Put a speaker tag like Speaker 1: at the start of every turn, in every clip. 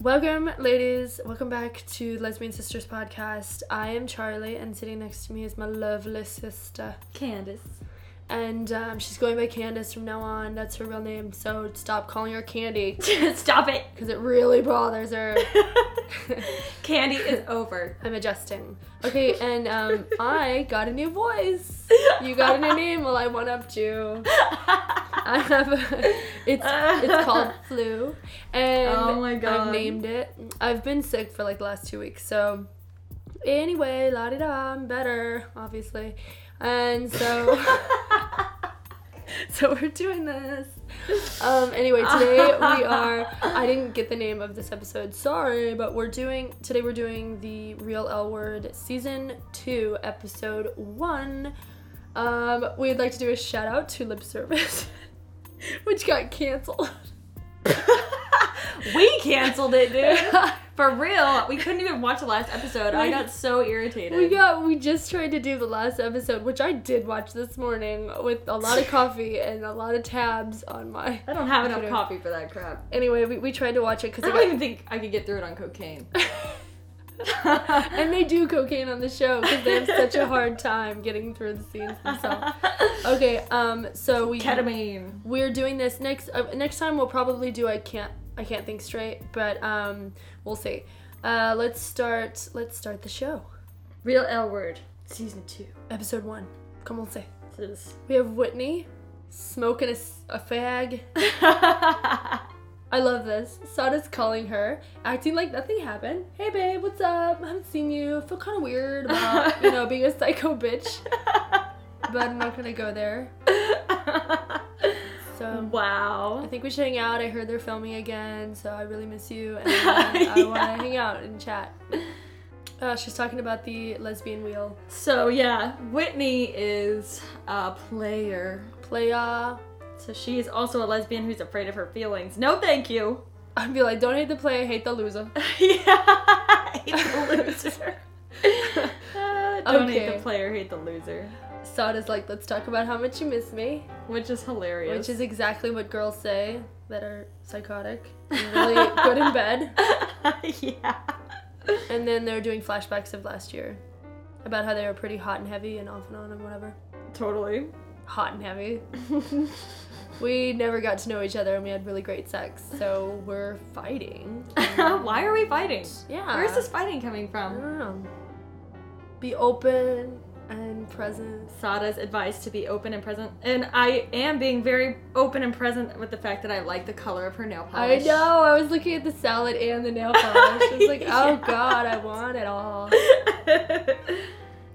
Speaker 1: Welcome, ladies. Welcome back to Lesbian Sisters Podcast. I am Charlie, and sitting next to me is my lovely sister.
Speaker 2: Candace.
Speaker 1: And um, she's going by Candace from now on. That's her real name. So stop calling her Candy
Speaker 2: Stop it.
Speaker 1: because it really bothers her.
Speaker 2: Candy is over.
Speaker 1: I'm adjusting. Okay, and um, I got a new voice. You got a new name. Well, I went up to. I have a, it's it's called flu, and
Speaker 2: Oh my
Speaker 1: I've
Speaker 2: God.
Speaker 1: named it. I've been sick for like the last two weeks, so anyway, la di da, I'm better, obviously, and so so we're doing this. Um, anyway, today we are. I didn't get the name of this episode. Sorry, but we're doing today. We're doing the Real L Word season two, episode one. Um, we'd like to do a shout out to Lip Service, which got canceled.
Speaker 2: we canceled it, dude. For real, we couldn't even watch the last episode. I got so irritated.
Speaker 1: We got we just tried to do the last episode, which I did watch this morning with a lot of coffee and a lot of tabs on my.
Speaker 2: I don't have enough
Speaker 1: Should've-
Speaker 2: coffee for that crap.
Speaker 1: Anyway, we, we tried to watch it
Speaker 2: I
Speaker 1: because
Speaker 2: don't even think I could get through it on cocaine.
Speaker 1: and they do cocaine on the show because they have such a hard time getting through the scenes themselves. Okay, um, so we
Speaker 2: Ketamine.
Speaker 1: we're doing this next uh, next time. We'll probably do I can't I can't think straight, but um, we'll see. Uh, let's start let's start the show.
Speaker 2: Real L word. Season two.
Speaker 1: Episode one. Come on, say
Speaker 2: This
Speaker 1: we have Whitney smoking a, s- a fag.
Speaker 2: is-
Speaker 1: I love this. Sada's calling her, acting like nothing happened. Hey babe, what's up? I haven't seen you. I feel kind of weird about you know being a psycho bitch, but I'm not gonna go there. So I
Speaker 2: wow.
Speaker 1: think we should hang out. I heard they're filming again, so I really miss you, and I wanna- I want
Speaker 2: Yeah.
Speaker 1: to hang out and chat. Uh, she's talking about the lesbian wheel
Speaker 2: So yeah, Whitney is a player.
Speaker 1: playa.
Speaker 2: So she is also a lesbian who's afraid of her feelings. No, thank you.
Speaker 1: I'd be like, don't hate the play, hate the loser.
Speaker 2: yeah, hate the loser. Uh, don't hate
Speaker 1: Okay.
Speaker 2: the player, hate the loser,
Speaker 1: Sada's like, let's talk about how much you miss me,
Speaker 2: which is hilarious.
Speaker 1: which is exactly what girls say that are psychotic, and really good in bed.
Speaker 2: yeah.
Speaker 1: And then they're doing flashbacks of last year about how they were pretty hot and heavy and off and on and whatever.
Speaker 2: Totally.
Speaker 1: Hot and heavy. We never got to know each other and we had really great sex, so we're fighting.
Speaker 2: Why are we fighting?
Speaker 1: Yeah.
Speaker 2: Where's this fighting coming
Speaker 1: I
Speaker 2: from?
Speaker 1: don't know. Be open and present.
Speaker 2: Sada's advice to be open and present, and I am being very open and present with the fact that I like the color of her nail
Speaker 1: I
Speaker 2: polish.
Speaker 1: know, I was looking at the salad and the nail polish. I was like, oh
Speaker 2: Yes.
Speaker 1: god, I want it all.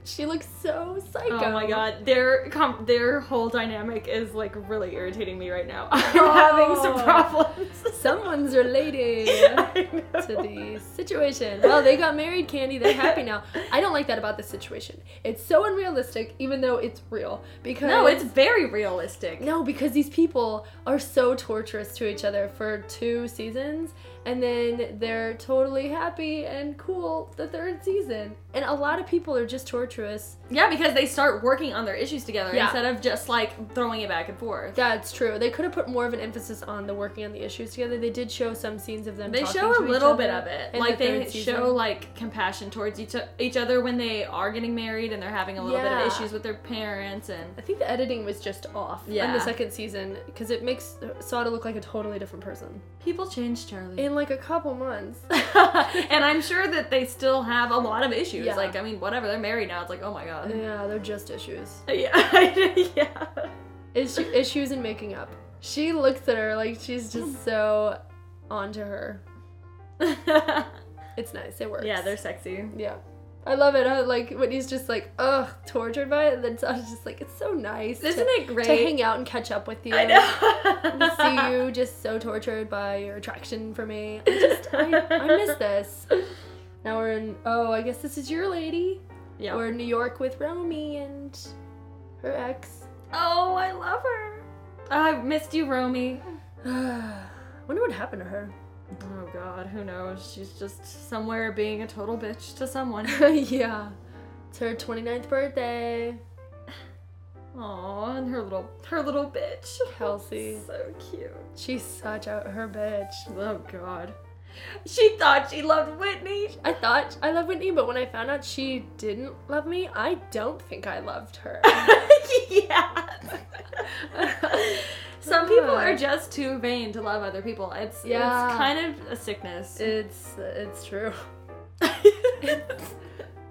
Speaker 1: She looks so psycho.
Speaker 2: Oh my god, their com- their whole dynamic is like really irritating me right now. I'm
Speaker 1: Oh.
Speaker 2: having some problems.
Speaker 1: Someone's related.
Speaker 2: I know.
Speaker 1: to the situation. Well, they got married, Candy. They're happy now. I don't like that about this situation. It's so unrealistic, even though it's real. Because
Speaker 2: No, it's very realistic.
Speaker 1: no, because these people are so torturous to each other for two seasons, and then they're totally happy and cool the third season. And a lot of people are just torturous.
Speaker 2: Yeah, because they start working on their issues together
Speaker 1: Yeah.
Speaker 2: instead of just like throwing it back and forth.
Speaker 1: That's true. They could have put more of an emphasis on the working on the issues together. They did show some scenes of them.
Speaker 2: They
Speaker 1: talking
Speaker 2: show
Speaker 1: to
Speaker 2: a
Speaker 1: each
Speaker 2: little bit
Speaker 1: other
Speaker 2: of it.
Speaker 1: in
Speaker 2: Like
Speaker 1: the
Speaker 2: they
Speaker 1: third season.
Speaker 2: show like compassion towards each, each other when they are getting married and they're having a little bit
Speaker 1: Yeah.
Speaker 2: of issues with their parents and
Speaker 1: I think the editing was just off in
Speaker 2: Yeah.
Speaker 1: the second season because it makes Sada look like a totally different person
Speaker 2: people change, Charlie.
Speaker 1: in like a couple months.
Speaker 2: and I'm sure that they still have a lot of issues.
Speaker 1: Yeah.
Speaker 2: Like I mean, whatever, they're married now. It's like, "Oh my god."
Speaker 1: yeah, they're just issues.
Speaker 2: Yeah, yeah.
Speaker 1: Issue, issues in making up. She looks at her like she's just so onto her. It's nice. It works.
Speaker 2: yeah, they're sexy.
Speaker 1: yeah. I love it. Huh? Like Whitney's just like ugh, tortured by it, and then Sada's just like it's so nice.
Speaker 2: Isn't
Speaker 1: to,
Speaker 2: it great?
Speaker 1: to hang out and catch up with you?
Speaker 2: I
Speaker 1: to
Speaker 2: know.
Speaker 1: see you just so tortured by your attraction for me. I just I, I miss this. Now we're in oh, I guess this is your lady.
Speaker 2: Yeah.
Speaker 1: We're in New York with Romy and her ex.
Speaker 2: oh, I love her. I missed you, Romy.
Speaker 1: Wonder what happened to her.
Speaker 2: Oh God, who knows? She's just somewhere being a total bitch to someone.
Speaker 1: yeah. It's her 29th birthday.
Speaker 2: Aw, and her little her little bitch.
Speaker 1: Kelsey.
Speaker 2: so cute.
Speaker 1: She's such a her bitch.
Speaker 2: Oh God. She thought she loved Whitney.
Speaker 1: I thought I loved Whitney, but when I found out she didn't love me, I don't think I loved her.
Speaker 2: yeah. Some people are just too vain to love other people. It's
Speaker 1: Yeah.
Speaker 2: it's kind of a sickness.
Speaker 1: It's it's true.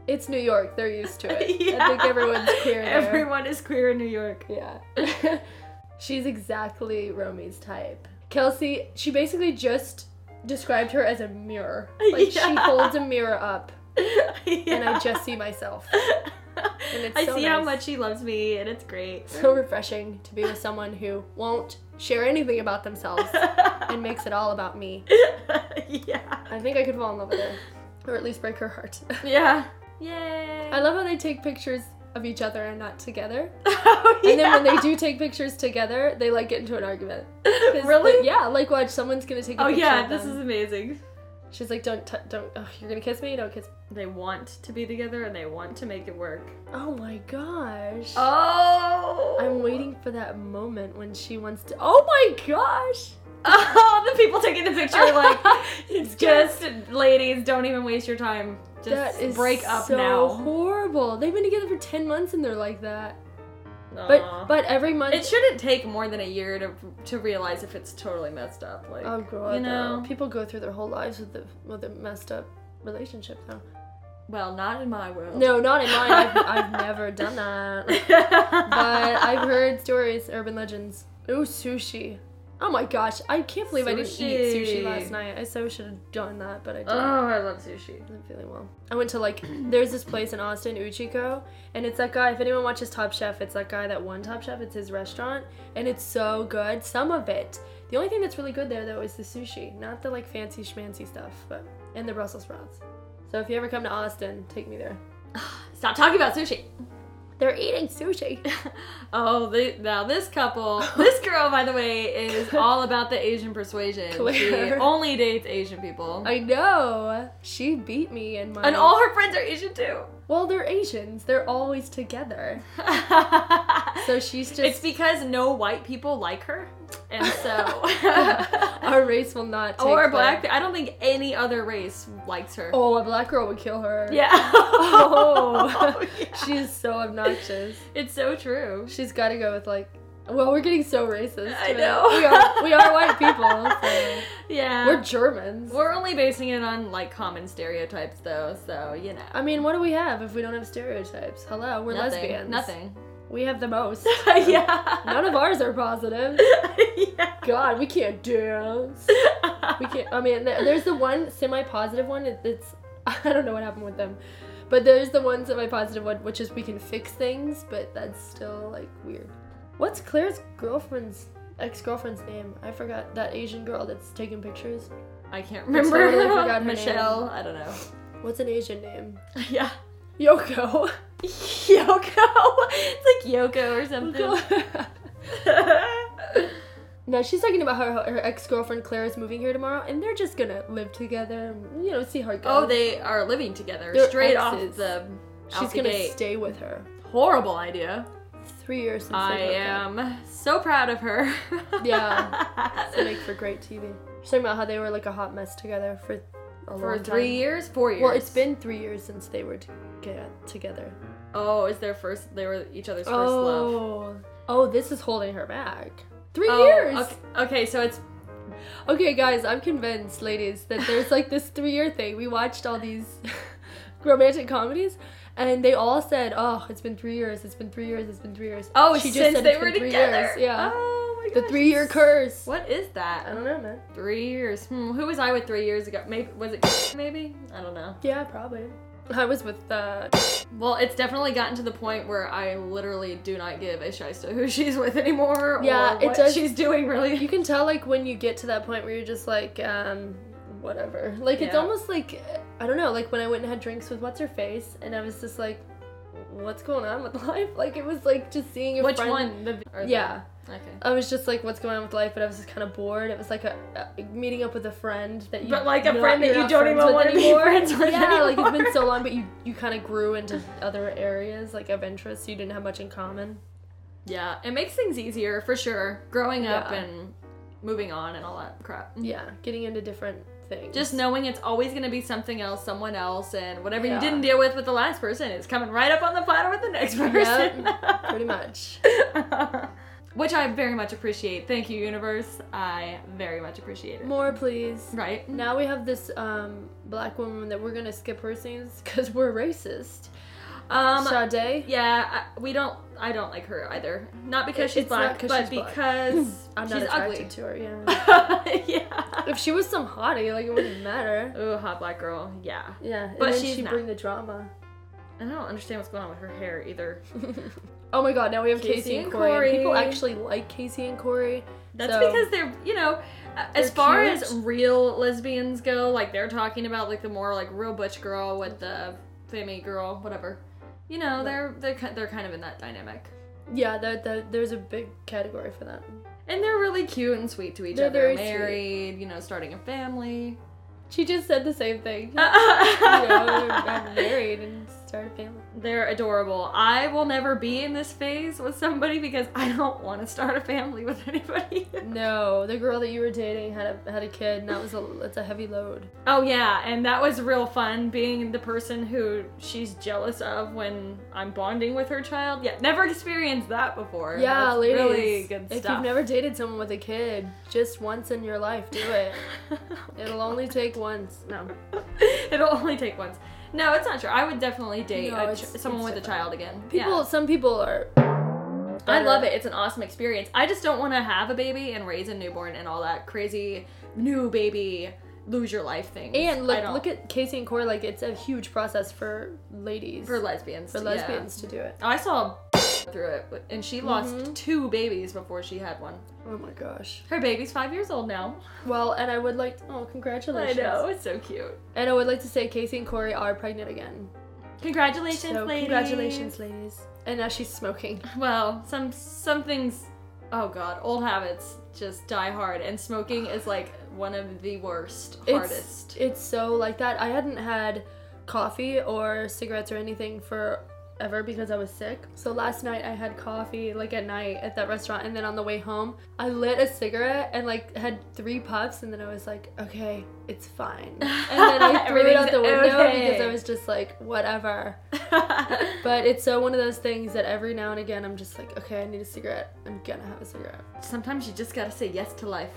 Speaker 1: It's New York. They're used to it. I think everyone's queer there.
Speaker 2: Everyone is queer in New York.
Speaker 1: Yeah. She's exactly Romy's type. Kelsey, she basically just described her as a mirror. Like she
Speaker 2: Yeah.
Speaker 1: holds a mirror up and I
Speaker 2: Yeah.
Speaker 1: just see myself. and it's
Speaker 2: I
Speaker 1: so
Speaker 2: see how
Speaker 1: nice.
Speaker 2: much she loves me, and it's great.
Speaker 1: So refreshing to be with someone who won't share anything about themselves and makes it all about me.
Speaker 2: yeah.
Speaker 1: I think I could fall in love with her. Or at least break her heart.
Speaker 2: Yeah. Yay.
Speaker 1: I love how they take pictures of each other and not together.
Speaker 2: oh,
Speaker 1: And then when they do take pictures together, they like get into an argument. 'Cause the-
Speaker 2: really?
Speaker 1: yeah, like watch someone's gonna take. A
Speaker 2: Oh
Speaker 1: picture
Speaker 2: yeah,
Speaker 1: of
Speaker 2: this
Speaker 1: them.
Speaker 2: is amazing.
Speaker 1: She's like, don't, t- don't. Oh, you're gonna kiss me? Don't kiss.
Speaker 2: They want to be together and they want to make it work.
Speaker 1: Oh my gosh.
Speaker 2: Oh.
Speaker 1: I'm waiting for that moment when she wants to. Oh my gosh.
Speaker 2: Oh, the people taking the picture are like it's just ladies, don't even waste your time. Just
Speaker 1: that is
Speaker 2: break up
Speaker 1: so
Speaker 2: now.
Speaker 1: horrible. They've been together for ten months and they're like that. But
Speaker 2: Aw.
Speaker 1: but every month.
Speaker 2: it shouldn't take more than a year to to realize if it's totally messed up. Like
Speaker 1: oh god.
Speaker 2: you know.
Speaker 1: though. people go through their whole lives with the with a messed up relationship though.
Speaker 2: Well, not in my world.
Speaker 1: No, not in mine. I've, I've never done that.
Speaker 2: but
Speaker 1: but I've heard stories, urban legends. Ooh, sushi. Oh my gosh, I can't believe I didn't eat
Speaker 2: Sushi.
Speaker 1: sushi last night. I so should have done that, but I didn't.
Speaker 2: Oh, I love sushi.
Speaker 1: I'm feeling well. I went to like, there's this place in Austin, Uchiko, and it's that guy. If anyone watches Top Chef, it's that guy that won Top Chef. It's his restaurant, and it's so good. Some of it. The only thing that's really good there though is the sushi, not the like fancy schmancy stuff, but and the Brussels sprouts. So if you ever come to Austin, take me there.
Speaker 2: Stop talking about sushi.
Speaker 1: They're eating sushi.
Speaker 2: Oh, they, now this couple, this girl, by the way, is all about the Asian persuasion. She
Speaker 1: Claire.
Speaker 2: only dates Asian people,
Speaker 1: I know. She beat me in my.
Speaker 2: and all her friends are Asian too.
Speaker 1: Well, they're Asians. They're always together. So she's just.
Speaker 2: it's because no white people like her, and so
Speaker 1: our race will not. Take
Speaker 2: or
Speaker 1: the-
Speaker 2: black. I don't think any other race likes her.
Speaker 1: Oh, a black girl would kill her.
Speaker 2: Yeah.
Speaker 1: Oh.
Speaker 2: yeah.
Speaker 1: She is so obnoxious.
Speaker 2: It's so true.
Speaker 1: She's got to go with like. Well, we're getting so racist.
Speaker 2: I
Speaker 1: but
Speaker 2: know.
Speaker 1: We are. We are white people. So.
Speaker 2: Yeah.
Speaker 1: We're Germans.
Speaker 2: We're only basing it on like common stereotypes though, so you know.
Speaker 1: I mean, what do we have if we don't have stereotypes? Hello, we're
Speaker 2: Nothing.
Speaker 1: lesbians.
Speaker 2: Nothing.
Speaker 1: We have the most.
Speaker 2: yeah.
Speaker 1: None of ours are positive. God, we can't dance. We can't. I mean, there- there's the one semi-positive one. it- It's I don't know what happened with them, but there's the one semi-positive one, which is we can fix things, but that's still like weird. What's Claire's girlfriend's ex-girlfriend's name? I forgot that Asian girl that's taking pictures.
Speaker 2: I can't remember.
Speaker 1: totally forgot her
Speaker 2: Michelle. I don't know.
Speaker 1: What's an Asian name?
Speaker 2: Yeah.
Speaker 1: Yoko.
Speaker 2: Yoko. It's like Yoko or something.
Speaker 1: no, she's talking about how her ex-girlfriend Claire is moving here tomorrow, and they're just gonna live together. and, You know, see how it goes.
Speaker 2: oh, they are living together
Speaker 1: They're
Speaker 2: straight
Speaker 1: exes.
Speaker 2: off the. out
Speaker 1: She's
Speaker 2: the
Speaker 1: gonna
Speaker 2: gate.
Speaker 1: stay with her.
Speaker 2: Horrible idea.
Speaker 1: Three years since
Speaker 2: I
Speaker 1: they broke up.
Speaker 2: am so proud of her.
Speaker 1: Yeah. to make for great TV. She's talking about how they were like a hot mess together for a
Speaker 2: For
Speaker 1: long
Speaker 2: three
Speaker 1: time.
Speaker 2: years, four years.
Speaker 1: Well, it's been three years since they were to- get together.
Speaker 2: Oh, it's their first. They were each other's first love.
Speaker 1: oh, oh, this is holding her back. Three
Speaker 2: Oh,
Speaker 1: years.
Speaker 2: Okay, okay, so it's
Speaker 1: Okay, guys, I'm convinced, ladies, that there's like this three year thing. We watched all these romantic comedies, and they all said, "Oh, it's been three years. It's been three years. It's been three years."
Speaker 2: oh
Speaker 1: she just
Speaker 2: since
Speaker 1: said
Speaker 2: they
Speaker 1: it's
Speaker 2: were
Speaker 1: been three
Speaker 2: together.
Speaker 1: years. Yeah,
Speaker 2: Oh my
Speaker 1: the
Speaker 2: god.
Speaker 1: three year curse.
Speaker 2: What is
Speaker 1: I
Speaker 2: that?
Speaker 1: don't know, man.
Speaker 2: Three years. Hmm, who was I with three years ago? Maybe was it maybe? I don't know.
Speaker 1: Yeah, probably. I was with uh,
Speaker 2: Well, it's definitely gotten to the point where I literally do not give a shyster who she's with anymore.
Speaker 1: Yeah,
Speaker 2: or
Speaker 1: it
Speaker 2: what
Speaker 1: does-
Speaker 2: She's doing really.
Speaker 1: you can tell like when you get to that point where you're just like um whatever like it's
Speaker 2: Yeah.
Speaker 1: almost like i don't know like when i went and had drinks with what's her face and i was just like what's going on with life like it was like just seeing your
Speaker 2: Which
Speaker 1: friend-
Speaker 2: one? The or the-
Speaker 1: yeah
Speaker 2: okay.
Speaker 1: i was just like what's going on with life but i was just kind of bored it was like a, a meeting up with a friend that you
Speaker 2: But, like, a
Speaker 1: not-
Speaker 2: friend that
Speaker 1: you're
Speaker 2: you
Speaker 1: not
Speaker 2: don't
Speaker 1: friends
Speaker 2: even
Speaker 1: with
Speaker 2: wanna be
Speaker 1: anymore.
Speaker 2: friends with
Speaker 1: yeah like it's been
Speaker 2: anymore.
Speaker 1: so long but you you kind of grew into other areas like of interest so you didn't have much in common
Speaker 2: Yeah, it makes things easier for sure. Growing up
Speaker 1: Yeah.
Speaker 2: and moving on and all that crap.
Speaker 1: yeah getting into different things.
Speaker 2: Just knowing it's always going to be something else, someone else, and whatever
Speaker 1: Yeah.
Speaker 2: you didn't deal with with the last person is coming right up on the platter with the next person.
Speaker 1: pretty much.
Speaker 2: Which I very much appreciate. Thank you, universe. I very much appreciate it.
Speaker 1: More, please.
Speaker 2: Right?
Speaker 1: Now we have this um, black woman that we're gonna skip her scenes because we're racist.
Speaker 2: Um,
Speaker 1: Sade.
Speaker 2: yeah, I, we don't. I don't like her either. Not because
Speaker 1: It-
Speaker 2: she's
Speaker 1: it's not
Speaker 2: black,
Speaker 1: 'cause
Speaker 2: but
Speaker 1: she's black.
Speaker 2: because
Speaker 1: I'm not
Speaker 2: she's
Speaker 1: attracted
Speaker 2: ugly.
Speaker 1: to her. Yeah.
Speaker 2: yeah.
Speaker 1: if she was some hottie, like it wouldn't matter.
Speaker 2: Ooh, hot black girl. Yeah.
Speaker 1: Yeah,
Speaker 2: But
Speaker 1: and then
Speaker 2: she's
Speaker 1: she
Speaker 2: not.
Speaker 1: bring the drama.
Speaker 2: And I don't understand what's going on with her hair either.
Speaker 1: oh my god, now we have Casey,
Speaker 2: Casey
Speaker 1: and,
Speaker 2: and
Speaker 1: Corey. and People
Speaker 2: Corey.
Speaker 1: actually like Casey and Corey.
Speaker 2: That's
Speaker 1: So-
Speaker 2: because they're, you know, as
Speaker 1: They're
Speaker 2: far
Speaker 1: cute.
Speaker 2: as real lesbians go, like they're talking about like the more like real butch girl with the family girl, whatever. You know, they're they're ki- they're kind of in that dynamic,
Speaker 1: Yeah, that, that there's a big category for that.
Speaker 2: and they're really cute and sweet to each
Speaker 1: They're
Speaker 2: other.
Speaker 1: very sweet.
Speaker 2: married, you know, starting a family.
Speaker 1: She just said the same thing. you know, got married and started a family.
Speaker 2: They're adorable. I will never be in this phase with somebody because I don't want to start a family with anybody.
Speaker 1: No, the girl that you were dating had a had a kid, and that was a that's a heavy load.
Speaker 2: oh yeah, and that was real fun being the person who she's jealous of when I'm bonding with her child. Yeah, never experienced that before.
Speaker 1: Yeah,
Speaker 2: That's
Speaker 1: ladies,
Speaker 2: really good stuff.
Speaker 1: if you've never dated someone with a kid, just once in your life, do it. It'll only take once.
Speaker 2: no, it'll only take once. No, it's not true. I would definitely date
Speaker 1: No,
Speaker 2: a ch-
Speaker 1: it's-
Speaker 2: someone
Speaker 1: it's
Speaker 2: with a
Speaker 1: different.
Speaker 2: child again.
Speaker 1: People,
Speaker 2: Yeah.
Speaker 1: some people are.
Speaker 2: I
Speaker 1: better.
Speaker 2: love it. It's an awesome experience. I just don't want to have a baby and raise a newborn and all that crazy new baby lose your life thing.
Speaker 1: And look, look at Casey and Corey. Like it's a huge process for ladies,
Speaker 2: for lesbians.
Speaker 1: for
Speaker 2: yeah.
Speaker 1: lesbians Mm-hmm. to do it.
Speaker 2: I saw through it, but- and she lost two babies before she had one.
Speaker 1: Oh my gosh.
Speaker 2: Her baby's five years old now.
Speaker 1: Well, and I would like. oh,
Speaker 2: I
Speaker 1: congratulations.
Speaker 2: know it's so cute.
Speaker 1: And I would like to say Casey and Corey are pregnant again.
Speaker 2: Congratulations,
Speaker 1: so
Speaker 2: ladies.
Speaker 1: congratulations, ladies. And now she's smoking.
Speaker 2: Well, some some things. Oh God, old habits just die hard, and smoking is like one of the worst,
Speaker 1: It's,
Speaker 2: hardest.
Speaker 1: it's so like that. I hadn't had coffee or cigarettes or anything for ever because I was sick. So last night I had coffee like at night at that restaurant and then on the way home I lit a cigarette and like had three puffs and then I was like, okay, it's fine. And then I threw it out the
Speaker 2: Everything's
Speaker 1: window
Speaker 2: okay.
Speaker 1: because I was just like, whatever. But it's so one of those things that every now and again I'm just like, okay, I need a cigarette. I'm gonna have a cigarette.
Speaker 2: Sometimes you just gotta say yes to life.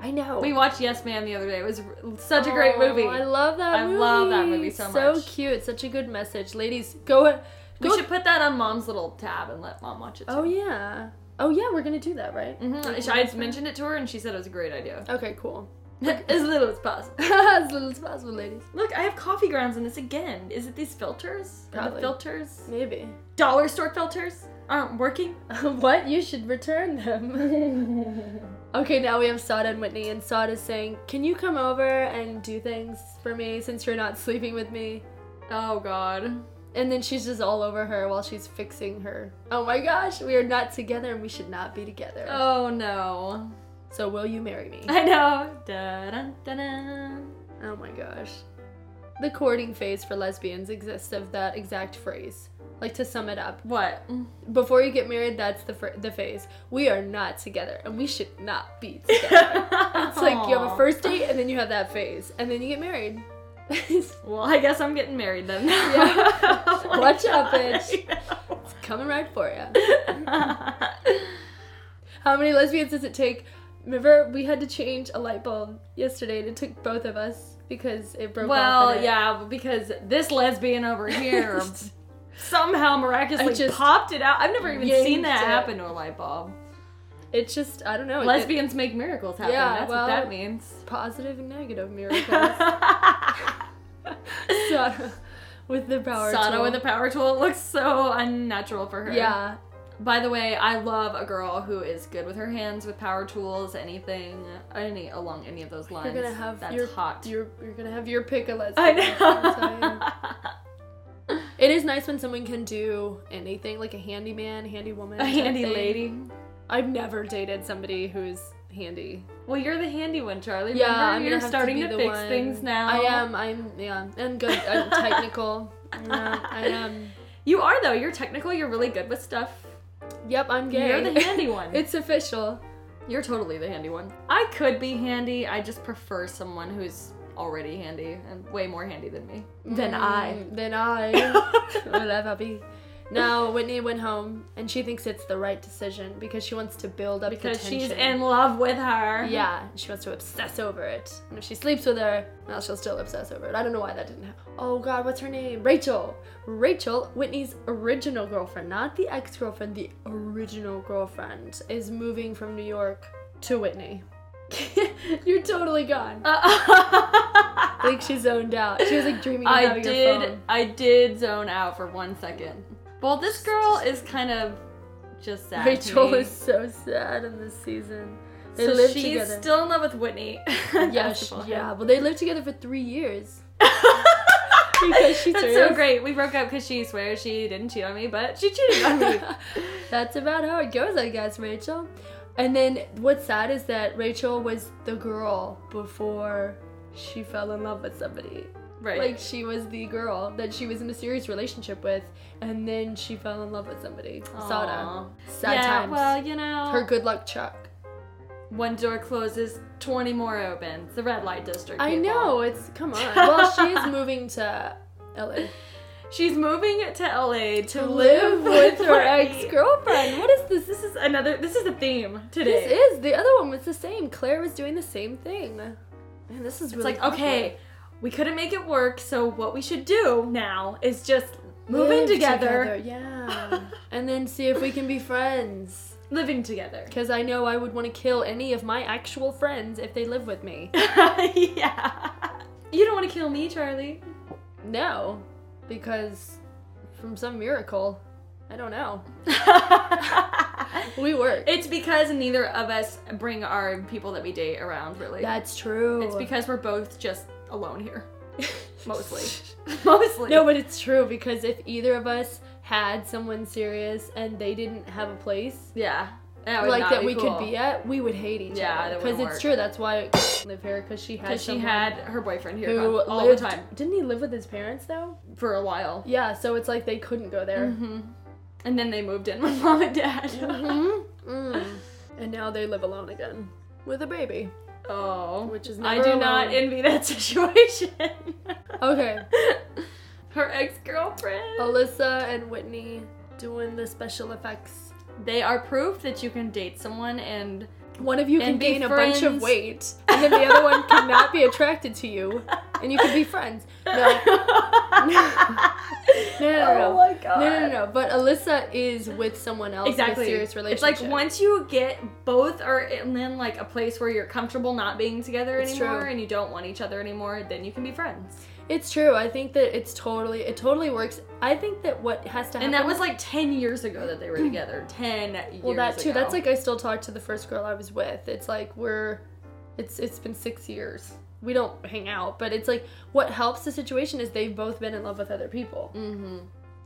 Speaker 1: I know.
Speaker 2: We watched Yes Man the other day. It was r- such a great movie.
Speaker 1: Oh, I love that
Speaker 2: I
Speaker 1: movie.
Speaker 2: love that movie so much.
Speaker 1: So cute. Such a good message. Ladies, go and
Speaker 2: we
Speaker 1: go-
Speaker 2: should put that on Mom's little tab and let Mom watch it.
Speaker 1: Oh yeah. Oh yeah, we're gonna do that, right?
Speaker 2: Mm-hmm. I had mentioned it to her and she said it was a great idea.
Speaker 1: Okay, cool.
Speaker 2: as little as possible.
Speaker 1: as little as possible, ladies.
Speaker 2: Look, I have coffee grounds in this again. Is it these filters? Are the
Speaker 1: Probably.
Speaker 2: filters?
Speaker 1: Maybe.
Speaker 2: Dollar store filters aren't working.
Speaker 1: what? You should return them. okay, now we have Sada and Whitney, and Sada's saying, Can you come over and do things for me since you're not sleeping with me?
Speaker 2: Oh god.
Speaker 1: And then she's just all over her while she's fixing her. Oh my gosh, we are not together and we should not be together.
Speaker 2: Oh no.
Speaker 1: So, will you marry me?
Speaker 2: I know. Dun, dun, dun.
Speaker 1: Oh my gosh. The courting phase for lesbians exists of that exact phrase. Like to sum it up,
Speaker 2: What?
Speaker 1: before you get married, that's the fr- the phase. We are not together, and we should not be together.
Speaker 2: it's
Speaker 1: it's like you have a first date, and then you have that phase, and then you get married. it's
Speaker 2: Well, I guess I'm getting married then.
Speaker 1: Yeah.
Speaker 2: Oh my
Speaker 1: Watch out,
Speaker 2: God,
Speaker 1: bitch.
Speaker 2: I know.
Speaker 1: coming right for you. How many lesbians does it take? Remember, we had to change a light bulb yesterday, and it took both of us because it broke off.
Speaker 2: well,
Speaker 1: in it.
Speaker 2: yeah, because this lesbian over here somehow miraculously
Speaker 1: I just
Speaker 2: popped it out. I've never even
Speaker 1: yanked
Speaker 2: seen that
Speaker 1: it.
Speaker 2: happen to a light bulb.
Speaker 1: It's just I don't know. it-
Speaker 2: Lesbians make miracles happen.
Speaker 1: Yeah,
Speaker 2: That's
Speaker 1: well-
Speaker 2: what that means.
Speaker 1: positive and negative miracles. Sada with the power.
Speaker 2: Sada
Speaker 1: tool.
Speaker 2: with a power tool. It looks so unnatural for her.
Speaker 1: yeah.
Speaker 2: By the way, I love a girl who is good with her hands, with power tools, anything, any along any of those
Speaker 1: You're
Speaker 2: lines.
Speaker 1: gonna have
Speaker 2: that's
Speaker 1: your
Speaker 2: hot.
Speaker 1: You're, you're gonna have your pick of lesbian.
Speaker 2: I
Speaker 1: I'm telling you.
Speaker 2: know.
Speaker 1: It is nice when someone can do anything, like a handyman, handy woman,
Speaker 2: a
Speaker 1: type
Speaker 2: handy
Speaker 1: thing.
Speaker 2: lady.
Speaker 1: I've never dated somebody who's handy.
Speaker 2: Well, you're the handy one, Charlie.
Speaker 1: Yeah,
Speaker 2: Remember,
Speaker 1: I'm gonna
Speaker 2: you're
Speaker 1: have
Speaker 2: starting
Speaker 1: to,
Speaker 2: to,
Speaker 1: be the
Speaker 2: fix
Speaker 1: one.
Speaker 2: things now.
Speaker 1: I am. I'm. Yeah, I'm good. I'm technical. Yeah, I am.
Speaker 2: You are though. You're technical. You're really good with stuff.
Speaker 1: Yep, I'm gay.
Speaker 2: You're the handy one.
Speaker 1: it's official.
Speaker 2: You're totally the handy one. I could be handy. I just prefer someone who's already handy and way more handy than me. Than I.
Speaker 1: Mm, Than I. Whatever, be. Now, Whitney went home and she thinks it's the right decision because she wants to build up the
Speaker 2: Because
Speaker 1: tension.
Speaker 2: she's in love with her.
Speaker 1: Yeah, and she wants to obsess over it. And if she sleeps with her, well, she'll still obsess over it. I don't know why that didn't happen. Oh God, what's her name? Rachel. Rachel, Whitney's original girlfriend, not the ex-girlfriend, the original girlfriend, is moving from New York to Whitney. You're totally gone.
Speaker 2: Uh,
Speaker 1: Like she zoned out. She was like dreaming of
Speaker 2: I
Speaker 1: having her
Speaker 2: did.
Speaker 1: phone.
Speaker 2: I did zone out for one second. Well, this girl is kind of just sad. to
Speaker 1: Rachel
Speaker 2: me.
Speaker 1: is so sad in this season. They
Speaker 2: so
Speaker 1: live
Speaker 2: she's
Speaker 1: together.
Speaker 2: still in love with Whitney.
Speaker 1: yeah,
Speaker 2: That's
Speaker 1: she-
Speaker 2: the point.
Speaker 1: yeah. Well, they lived together for three years because she's
Speaker 2: That's so great. We broke up because she swears she didn't cheat on me, but she cheated on me.
Speaker 1: That's about how it goes, I guess, Rachel. And then what's sad is that Rachel was the girl before she fell in love with somebody.
Speaker 2: right.
Speaker 1: Like she was the girl that she was in a serious relationship with, and then she fell in love with somebody. Sada.
Speaker 2: Aw.
Speaker 1: Sad
Speaker 2: yeah,
Speaker 1: times.
Speaker 2: well, you know,
Speaker 1: Her good luck Chuck.
Speaker 2: one door closes, 20 more opens. The red light district.
Speaker 1: I
Speaker 2: people.
Speaker 1: know. It's come on. Well, she is moving to LA
Speaker 2: She's moving to LA to,
Speaker 1: to live with her ex girlfriend. What is this?
Speaker 2: This is another. This is a theme today.
Speaker 1: This is the other one was the same. Claire was doing the same thing. And this is
Speaker 2: It's
Speaker 1: really
Speaker 2: like okay, we couldn't make it work, so what we should do now is just move in
Speaker 1: Live
Speaker 2: together,
Speaker 1: Yeah. and then see if we can be friends.
Speaker 2: living together.
Speaker 1: Because I know I would want to kill any of my actual friends if they live with me.
Speaker 2: yeah. You don't want to kill me, Charlie.
Speaker 1: No. Because from some miracle, I don't know. We work.
Speaker 2: it's because neither of us bring our people that we date around, really.
Speaker 1: That's true.
Speaker 2: It's because we're both just alone here. Mostly. Mostly.
Speaker 1: No, but it's true because if either of us had someone serious and they didn't have a place
Speaker 2: yeah. That would
Speaker 1: like
Speaker 2: not
Speaker 1: that
Speaker 2: be
Speaker 1: we
Speaker 2: cool.
Speaker 1: could be at, we would hate each
Speaker 2: Yeah,
Speaker 1: other.
Speaker 2: that wouldn't
Speaker 1: it's
Speaker 2: work.
Speaker 1: true. That's why live here because she had
Speaker 2: Because she
Speaker 1: someone
Speaker 2: had her boyfriend here
Speaker 1: who
Speaker 2: con- all
Speaker 1: lived,
Speaker 2: the time
Speaker 1: Didn't he live with his parents though?
Speaker 2: for a while.
Speaker 1: Yeah, so it's like they couldn't go there.
Speaker 2: hmm And then they moved in with mom and dad.
Speaker 1: Mm-hmm.
Speaker 2: Mm.
Speaker 1: And now they live alone again with a baby.
Speaker 2: oh.
Speaker 1: Which is
Speaker 2: I
Speaker 1: never
Speaker 2: do not
Speaker 1: alone.
Speaker 2: envy that situation.
Speaker 1: Okay,
Speaker 2: her ex girlfriend.
Speaker 1: Alyssa and Whitney doing the special effects.
Speaker 2: They are proof that you can date someone and
Speaker 1: One of you can
Speaker 2: And be
Speaker 1: gain a bunch of
Speaker 2: friends.
Speaker 1: weight, and then the other one cannot be attracted to you, and you can be friends. No, no, no, no.
Speaker 2: Oh my god.
Speaker 1: no, no, no. But Alyssa is with someone else
Speaker 2: Exactly.
Speaker 1: in a serious
Speaker 2: it's
Speaker 1: relationship.
Speaker 2: like once you get both are in in, like a place where you're comfortable not being together
Speaker 1: It's
Speaker 2: anymore
Speaker 1: true.
Speaker 2: and you don't want each other anymore, then you can be friends.
Speaker 1: It's true. I think that it's totally, it totally works. I think that what has to happen.
Speaker 2: And that was like 10 years ago that they were together. 10 years
Speaker 1: Well, that too.
Speaker 2: ago.
Speaker 1: That's like I still talk to the first girl I was with. It's like we're, it's it's been six years. We don't hang out, but it's like what helps the situation is they've both been in love with other people.
Speaker 2: hmm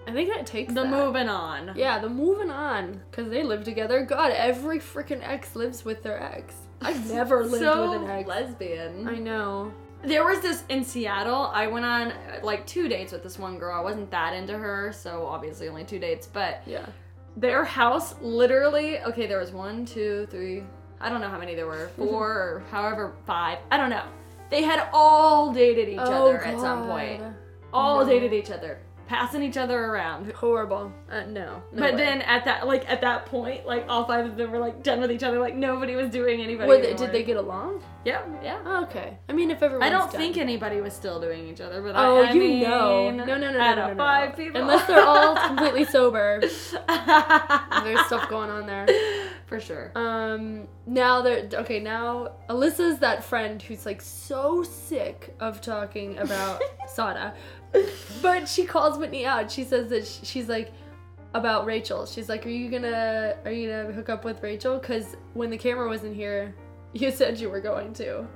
Speaker 1: I think that takes
Speaker 2: the
Speaker 1: that.
Speaker 2: moving on.
Speaker 1: Yeah, the moving on because they live together. God, every freaking ex lives with their ex. I've never lived
Speaker 2: so
Speaker 1: with an ex.
Speaker 2: lesbian.
Speaker 1: I know.
Speaker 2: there was this in Seattle. I went on uh, like two dates with this one girl. I wasn't that into her, so obviously only two dates. But
Speaker 1: Yeah.
Speaker 2: their house literally okay there was one two three i don't know how many there were
Speaker 1: Mm-hmm.
Speaker 2: four or however five i don't know they had all dated each other at some point
Speaker 1: Oh, God.
Speaker 2: all
Speaker 1: No.
Speaker 2: dated each other passing each other around
Speaker 1: Horrible. Uh, no. no
Speaker 2: but
Speaker 1: way.
Speaker 2: then at that like at that point like all five of them were like done with each other like nobody was doing anybody
Speaker 1: Were they,
Speaker 2: anymore.
Speaker 1: did they get Oh, along?
Speaker 2: yeah yeah
Speaker 1: Okay. I mean, if everyone.
Speaker 2: I don't think anybody was still doing each other, but
Speaker 1: Oh,
Speaker 2: I, I
Speaker 1: you
Speaker 2: mean,
Speaker 1: know. No, no, no, no,
Speaker 2: out
Speaker 1: no,
Speaker 2: of
Speaker 1: no, no.
Speaker 2: five people,
Speaker 1: Unless they're all completely sober. There's
Speaker 2: there's
Speaker 1: stuff going on there.
Speaker 2: for sure.
Speaker 1: Um, now they're okay. Now Alyssa's that friend who's like so sick of talking about Sada, but she calls Whitney out. She says that sh- she's like about Rachel. She's like, "Are you gonna are you gonna hook up with Rachel? Because when the camera wasn't here, you said you were going to."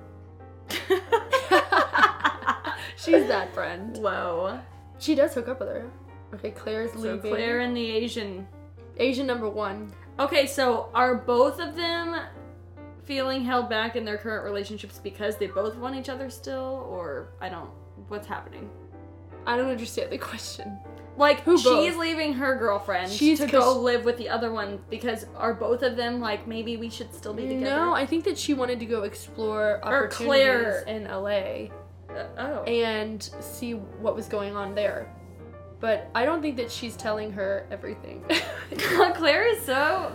Speaker 1: She's that friend.
Speaker 2: Whoa.
Speaker 1: She does hook up with her. Okay, Claire's
Speaker 2: So
Speaker 1: leaving.
Speaker 2: Claire and the Asian.
Speaker 1: Asian number one.
Speaker 2: Okay, so are both of them feeling held back in their current relationships because they both want each other still, or I don't. What's happening?
Speaker 1: I don't understand the question.
Speaker 2: Like
Speaker 1: Who
Speaker 2: she's
Speaker 1: both?
Speaker 2: leaving her girlfriend
Speaker 1: She's
Speaker 2: to
Speaker 1: 'cause-
Speaker 2: go live with the other one because are both of them like maybe we should still be together?
Speaker 1: No, I think that she wanted to go explore
Speaker 2: Or
Speaker 1: opportunities
Speaker 2: Claire.
Speaker 1: in LA
Speaker 2: Uh, oh.
Speaker 1: and see what was going on there. But I don't think that she's telling her everything.
Speaker 2: oh. Claire is so.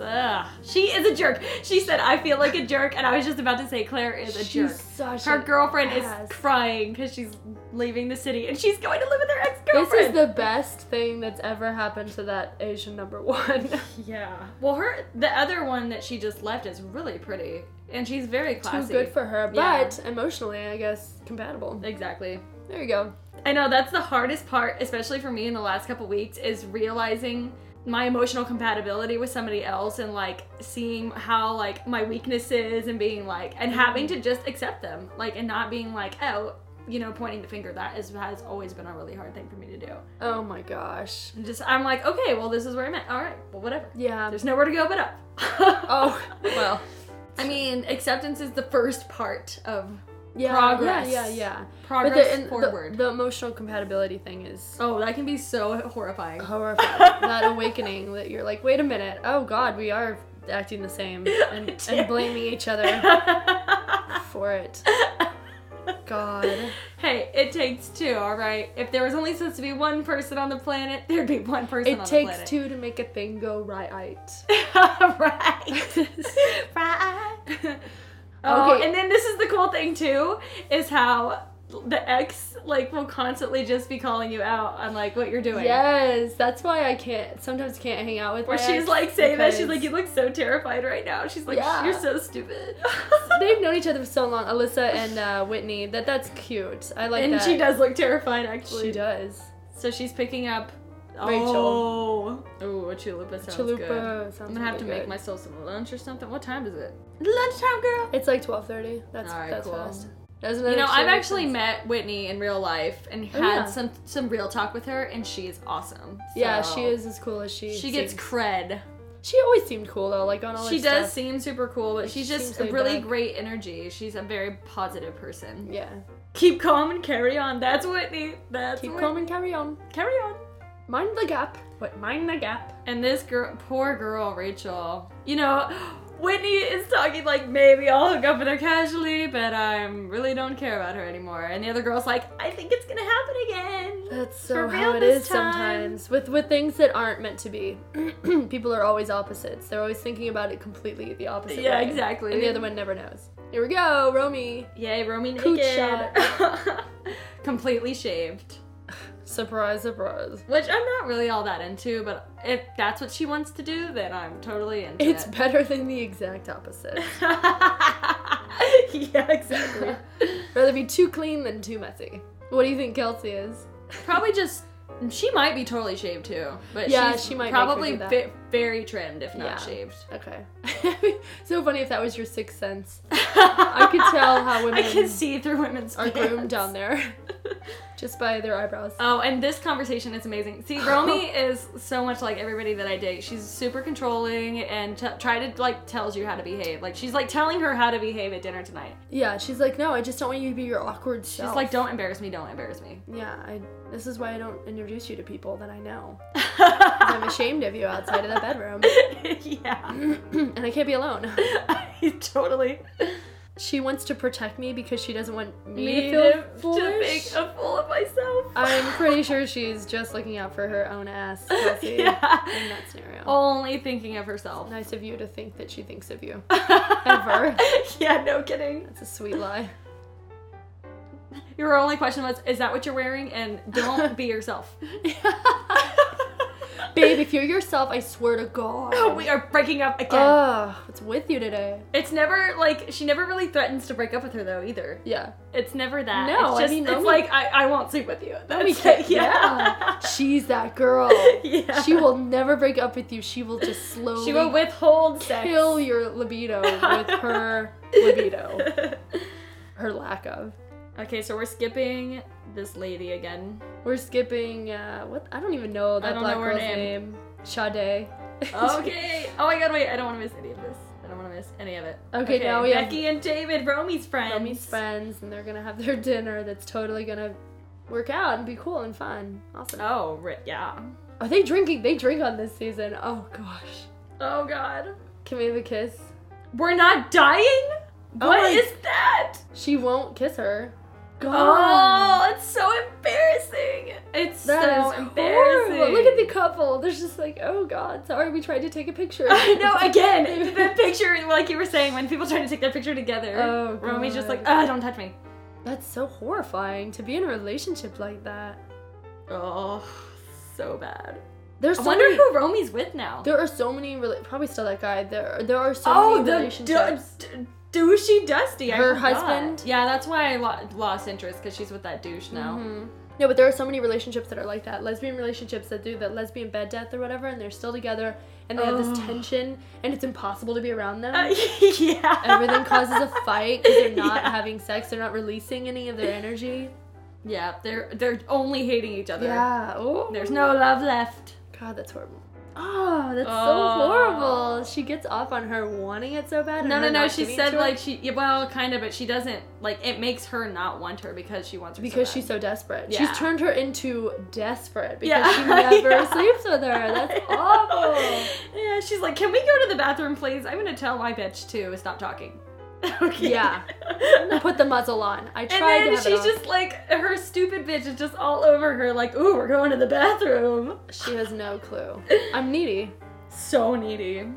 Speaker 2: ugh. She is a jerk. She said, "I feel like a jerk," and I was just about to say, "Claire is a
Speaker 1: she's
Speaker 2: jerk."
Speaker 1: Such
Speaker 2: Her
Speaker 1: an
Speaker 2: girlfriend
Speaker 1: ass.
Speaker 2: is crying because she's leaving the city and she's going to live with her
Speaker 1: This
Speaker 2: ex-girlfriend.
Speaker 1: is the best thing that's ever happened to that Asian number one.
Speaker 2: Yeah. Well, her the other one that she just left is really pretty, and she's very
Speaker 1: Too
Speaker 2: classy.
Speaker 1: good for her,
Speaker 2: Yeah.
Speaker 1: but emotionally, I guess, compatible.
Speaker 2: exactly.
Speaker 1: There you go.
Speaker 2: I know that's the hardest part, especially for me in the last couple weeks, is realizing my emotional compatibility with somebody else and like seeing how like my weaknesses and being like and having
Speaker 1: Mm-hmm.
Speaker 2: to just accept them, like and not being like oh. You know, pointing the finger that is has always been a really hard thing for me to do.
Speaker 1: Oh my gosh.
Speaker 2: And just I'm like, okay, well, this is where I'm at. All right, well, whatever.
Speaker 1: Yeah.
Speaker 2: There's nowhere to go but up.
Speaker 1: Oh, well.
Speaker 2: I mean, acceptance is the first part of
Speaker 1: Yeah,
Speaker 2: Progress.
Speaker 1: Yeah, yeah, yeah.
Speaker 2: progress
Speaker 1: and
Speaker 2: forward.
Speaker 1: The, emotional compatibility thing is
Speaker 2: oh, that can be so horrifying.
Speaker 1: horrifying. that awakening that you're like, wait a minute. Oh God, we are acting the same and, and blaming each other for it. God.
Speaker 2: hey, it takes two, all right? If there was only supposed to be one person on the planet, there'd be one person
Speaker 1: It
Speaker 2: on
Speaker 1: takes
Speaker 2: the planet.
Speaker 1: two to make a thing go right.
Speaker 2: right. right. Oh,
Speaker 1: Okay.
Speaker 2: and then this is the cool thing, too, is how the ex, like, will constantly just be calling you out on, like, what you're doing.
Speaker 1: Yes, that's why I can't sometimes can't hang out with.
Speaker 2: Where
Speaker 1: my
Speaker 2: she's
Speaker 1: ex
Speaker 2: like saying that, she's
Speaker 1: because
Speaker 2: like, "You look so terrified right now." She's like,
Speaker 1: Yeah.
Speaker 2: "You're so stupid."
Speaker 1: they've known each other for so long, Alyssa and uh, Whitney. That that's cute. I like
Speaker 2: and
Speaker 1: that.
Speaker 2: she does look terrified, actually.
Speaker 1: She does.
Speaker 2: So she's picking up.
Speaker 1: Rachel.
Speaker 2: Oh, Ooh, a chalupa sounds good. I'm
Speaker 1: Chalupa. Sounds
Speaker 2: gonna have to
Speaker 1: really
Speaker 2: make
Speaker 1: good.
Speaker 2: myself some lunch or something. What time is it? Lunchtime, girl.
Speaker 1: It's like twelve thirty. That's
Speaker 2: All right,
Speaker 1: that's
Speaker 2: cool.
Speaker 1: fast. Doesn't
Speaker 2: You
Speaker 1: it
Speaker 2: know, I've
Speaker 1: make
Speaker 2: actually
Speaker 1: sense? Oh,
Speaker 2: met Whitney in real life and had
Speaker 1: yeah.
Speaker 2: some some real talk with her, and she is awesome.
Speaker 1: Yeah,
Speaker 2: So,
Speaker 1: she is as cool as she.
Speaker 2: She gets
Speaker 1: seems.
Speaker 2: cred.
Speaker 1: She always seemed cool though, like on all.
Speaker 2: She
Speaker 1: her
Speaker 2: does
Speaker 1: Stuff.
Speaker 2: seem super cool, but
Speaker 1: Like,
Speaker 2: she's
Speaker 1: she
Speaker 2: just
Speaker 1: seems laid
Speaker 2: really
Speaker 1: back.
Speaker 2: great energy. She's a very positive person.
Speaker 1: Yeah.
Speaker 2: Keep calm and carry on. That's Whitney. That's
Speaker 1: Keep
Speaker 2: Whit-
Speaker 1: calm and carry on.
Speaker 2: Carry on.
Speaker 1: Mind the gap. What? Mind the gap.
Speaker 2: And this girl, poor girl, Rachel. You know, Whitney is talking like maybe I'll hook up with her casually, but I really don't care about her anymore. And the other girl's like, I think it's gonna happen again.
Speaker 1: That's so
Speaker 2: For real
Speaker 1: how it
Speaker 2: this
Speaker 1: is
Speaker 2: time.
Speaker 1: sometimes with with things that aren't meant to be. People are always opposites. They're always thinking about it completely the opposite
Speaker 2: Yeah,
Speaker 1: way.
Speaker 2: exactly.
Speaker 1: And the other one never knows. Here we go, Romy.
Speaker 2: Yay, Romy
Speaker 1: Cooch
Speaker 2: naked. Completely shaved.
Speaker 1: Surprise, surprise.
Speaker 2: Which I'm not really all that into, but if that's what she wants to do, then I'm totally into
Speaker 1: It's
Speaker 2: it.
Speaker 1: better than the exact opposite.
Speaker 2: yeah, exactly.
Speaker 1: Rather be too clean than too messy. What do you think Kelsey is?
Speaker 2: probably just she might be totally shaved too, but
Speaker 1: Yeah,
Speaker 2: she's
Speaker 1: she might make her
Speaker 2: probably
Speaker 1: do that.
Speaker 2: ve- very trimmed if not
Speaker 1: Yeah.
Speaker 2: shaved.
Speaker 1: Okay. so funny if that was your sixth sense. I could tell how
Speaker 2: I
Speaker 1: women
Speaker 2: can see through women's
Speaker 1: Are
Speaker 2: pants.
Speaker 1: groomed down there just by their eyebrows.
Speaker 2: Oh, and this conversation is amazing. See, Romy is so much like everybody that I date. She's super controlling and t- try to like tells you how to behave. Like she's like telling her how to behave at dinner tonight.
Speaker 1: Yeah, she's like, no, I just don't want you to be your awkward
Speaker 2: She's
Speaker 1: self.
Speaker 2: like, don't embarrass me, don't embarrass me.
Speaker 1: Yeah, I, this is why I don't introduce you to people that I know. 'Cause I'm ashamed of you outside of the bedroom,
Speaker 2: yeah,
Speaker 1: and I can't be alone.
Speaker 2: totally.
Speaker 1: She wants to protect me because she doesn't want me,
Speaker 2: Me
Speaker 1: to feel
Speaker 2: to, to make
Speaker 1: foolish.
Speaker 2: a fool of myself.
Speaker 1: I'm pretty sure she's just looking out for her own ass, Kelsey, in
Speaker 2: yeah.
Speaker 1: that scenario.
Speaker 2: Only thinking of herself.
Speaker 1: Nice of you to think that she thinks of you.
Speaker 2: Ever.
Speaker 1: Ever.
Speaker 2: yeah, no kidding.
Speaker 1: It's a sweet lie.
Speaker 2: Your only question was, is that what you're wearing? And don't be yourself.
Speaker 1: Babe, if you're yourself, I swear to God.
Speaker 2: Oh, we are breaking up again.
Speaker 1: Ugh, what's with you today?
Speaker 2: it's never like she never really threatens to break up with her though either.
Speaker 1: Yeah.
Speaker 2: It's never that.
Speaker 1: No,
Speaker 2: it's
Speaker 1: I
Speaker 2: just
Speaker 1: mean,
Speaker 2: it's
Speaker 1: Romy-
Speaker 2: like I, I won't sleep with you. That's
Speaker 1: We
Speaker 2: it.
Speaker 1: can't-
Speaker 2: Yeah.
Speaker 1: She's that girl.
Speaker 2: Yeah.
Speaker 1: She will never break up with you. She will just slowly
Speaker 2: She will withhold sex.
Speaker 1: kill your libido with her libido. Her lack of.
Speaker 2: okay, so we're skipping this lady again.
Speaker 1: We're skipping uh what I don't even know that
Speaker 2: don't
Speaker 1: black
Speaker 2: know her
Speaker 1: girl's
Speaker 2: name.
Speaker 1: name. Sade.
Speaker 2: Okay. oh my god, wait, I don't want to miss any of this. I don't want to miss any of it.
Speaker 1: Okay, now we have-
Speaker 2: Becky and David, Romy's friends.
Speaker 1: Romy's friends and they're gonna have their dinner that's totally gonna work out and be cool and fun. Awesome.
Speaker 2: Oh, ri- yeah.
Speaker 1: Are they drinking? They drink on this season. Oh gosh.
Speaker 2: Oh God.
Speaker 1: Can we have a kiss?
Speaker 2: We're not dying.
Speaker 1: Oh
Speaker 2: What
Speaker 1: my-
Speaker 2: is that?
Speaker 1: She won't kiss her.
Speaker 2: Oh, it's so embarrassing. It's
Speaker 1: That is
Speaker 2: so embarrassing.
Speaker 1: horrible. Look at the couple. They're just like, oh god, sorry, we tried to take a picture.
Speaker 2: I know. Again, the picture, like you were saying, when people try to take their picture together,
Speaker 1: Oh,
Speaker 2: Romy's just
Speaker 1: God.
Speaker 2: like, ah, don't touch me.
Speaker 1: That's so horrifying to be in a relationship like that.
Speaker 2: Oh, so bad.
Speaker 1: There's
Speaker 2: I
Speaker 1: so
Speaker 2: wonder
Speaker 1: many,
Speaker 2: who Romy's with now.
Speaker 1: there are so many rela- probably still that guy. There there are so
Speaker 2: oh,
Speaker 1: many
Speaker 2: the
Speaker 1: relationships.
Speaker 2: d- d- douchey Dusty. I
Speaker 1: Her
Speaker 2: forgot.
Speaker 1: husband?
Speaker 2: Yeah, that's why I lo- lost interest because she's with that douche now.
Speaker 1: Mhm. No, but there are so many relationships that are like that. Lesbian relationships that do that lesbian bed death or whatever, and they're still together, and they have this
Speaker 2: Ugh.
Speaker 1: tension, and it's impossible to be around them.
Speaker 2: Uh, yeah.
Speaker 1: Mm-hmm. Everything causes a fight because they're not
Speaker 2: Yeah.
Speaker 1: having sex. They're not releasing any of their energy.
Speaker 2: Yeah, they're they're only hating each other.
Speaker 1: Yeah. Oh.
Speaker 2: There's no love left.
Speaker 1: God, that's horrible. Oh, that's so
Speaker 2: Oh.
Speaker 1: horrible. She gets off on her wanting it so bad. and
Speaker 2: No,
Speaker 1: her
Speaker 2: no, no.
Speaker 1: not
Speaker 2: She
Speaker 1: giving it
Speaker 2: said
Speaker 1: to her
Speaker 2: like she yeah, well, kind of, but she doesn't like it makes her not want her because she wants her so
Speaker 1: because
Speaker 2: bad.
Speaker 1: she's so desperate.
Speaker 2: Yeah.
Speaker 1: She's turned her into desperate because
Speaker 2: Yeah.
Speaker 1: she never
Speaker 2: Yeah.
Speaker 1: sleeps with her. That's awful.
Speaker 2: Yeah, she's like, can we go to the bathroom, please? I'm gonna tell my bitch to stop talking. okay.
Speaker 1: Yeah. Put the muzzle on. I
Speaker 2: And
Speaker 1: tried
Speaker 2: then
Speaker 1: to have it
Speaker 2: she's
Speaker 1: on.
Speaker 2: just like, her stupid bitch is just all over her, like, ooh, we're going to the bathroom.
Speaker 1: She has no clue. I'm needy.
Speaker 2: So needy.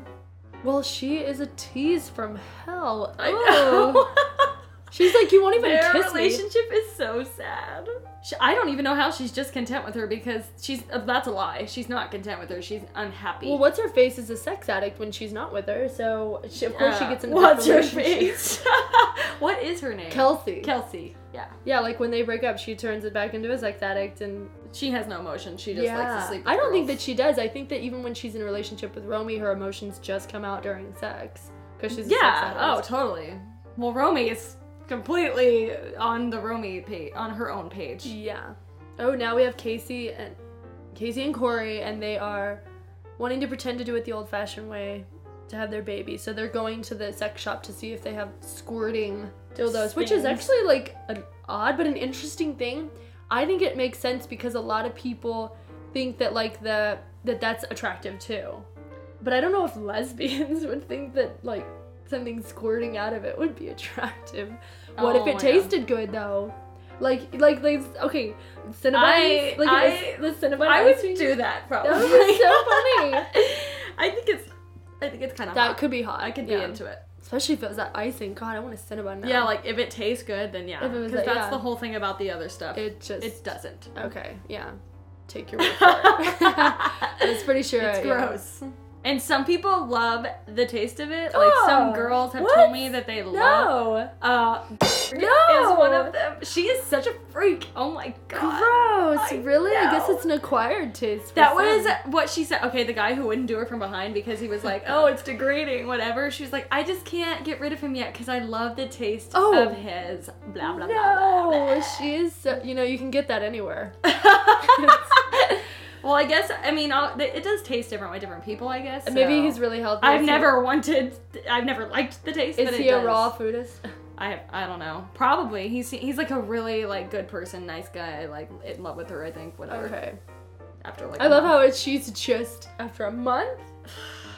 Speaker 1: Well, she is a tease from hell.
Speaker 2: I
Speaker 1: Oh.
Speaker 2: know.
Speaker 1: She's like, you won't even
Speaker 2: Their
Speaker 1: kiss me.
Speaker 2: relationship is so sad. She, I don't even know how she's just content with her because she's uh, that's a lie. She's not content with her. She's unhappy.
Speaker 1: Well, what's her face is a sex addict when she's not with her, so she, of course she
Speaker 2: Uh,
Speaker 1: gets into
Speaker 2: what's
Speaker 1: her
Speaker 2: her face? what is her name?
Speaker 1: Kelsey.
Speaker 2: Kelsey. Yeah,
Speaker 1: yeah, like when they break up, she turns it back into a sex addict, and
Speaker 2: she has no emotion. She just
Speaker 1: yeah,
Speaker 2: likes to sleep. With
Speaker 1: I don't think that
Speaker 2: girls.
Speaker 1: she does. I think that even when she's in a relationship with Romy, her emotions just come out during sex because she's a
Speaker 2: yeah.
Speaker 1: Sex
Speaker 2: Oh,
Speaker 1: addict.
Speaker 2: totally. Well, Romy is completely on the Romy page, on her own page.
Speaker 1: yeah. Oh, now we have Casey and Casey and Corey, and they are wanting to pretend to do it the old-fashioned way to have their baby. So they're going to the sex shop to see if they have squirting dildos, which is
Speaker 2: Things.
Speaker 1: actually like an odd but an interesting thing. I think it makes sense because a lot of people think that like the that that's attractive too. But I don't know if lesbians would think that like something squirting out of it would be attractive. What if
Speaker 2: Oh,
Speaker 1: it
Speaker 2: yeah.
Speaker 1: tasted good though? Like like they okay, Cinnabon
Speaker 2: I-
Speaker 1: like
Speaker 2: I-
Speaker 1: the Cinnabon
Speaker 2: I
Speaker 1: ice
Speaker 2: would
Speaker 1: cream?
Speaker 2: do that probably.
Speaker 1: would be so funny.
Speaker 2: I think it's, I think it's kind of
Speaker 1: that could be hot.
Speaker 2: I could be
Speaker 1: yeah.
Speaker 2: into it.
Speaker 1: Especially if it was that icing. God, I want a Cinnabon now.
Speaker 2: Yeah, like if it tastes good, then yeah.
Speaker 1: If it was
Speaker 2: Because
Speaker 1: like-
Speaker 2: that's
Speaker 1: yeah.
Speaker 2: the whole thing about the other stuff. It,
Speaker 1: it just
Speaker 2: doesn't.
Speaker 1: Okay, yeah. Take your word for it. I was pretty sure
Speaker 2: it's
Speaker 1: yeah.
Speaker 2: gross. And some people love the taste of it. Like some
Speaker 1: Oh,
Speaker 2: girls have
Speaker 1: what?
Speaker 2: told me that they love.
Speaker 1: No.
Speaker 2: Uh,
Speaker 1: No.
Speaker 2: is one of them. She is such a freak. Oh my god.
Speaker 1: Gross.
Speaker 2: I
Speaker 1: really? I guess
Speaker 2: know.
Speaker 1: it's an acquired taste. for
Speaker 2: That
Speaker 1: some.
Speaker 2: was what she said. Okay, the guy who wouldn't do her from behind because he was like, "Oh, it's degrading, whatever." She was like, "I just can't get rid of him yet because I love the taste
Speaker 1: Oh.
Speaker 2: of his." Blah blah blah.
Speaker 1: No, she is. So, you know, you can get that anywhere.
Speaker 2: Well, I guess I mean I'll, th- it does taste different with different people. I guess
Speaker 1: Maybe
Speaker 2: so.
Speaker 1: he's really healthy.
Speaker 2: I've
Speaker 1: Is he-
Speaker 2: never wanted. I've never liked the taste.
Speaker 1: Is
Speaker 2: but it
Speaker 1: he a
Speaker 2: does.
Speaker 1: raw foodist?
Speaker 2: I I don't know. Probably he's he's like a really like good person, nice guy. Like in love with her, I think. Whatever.
Speaker 1: Okay.
Speaker 2: After like
Speaker 1: I love how it, she's just after a month.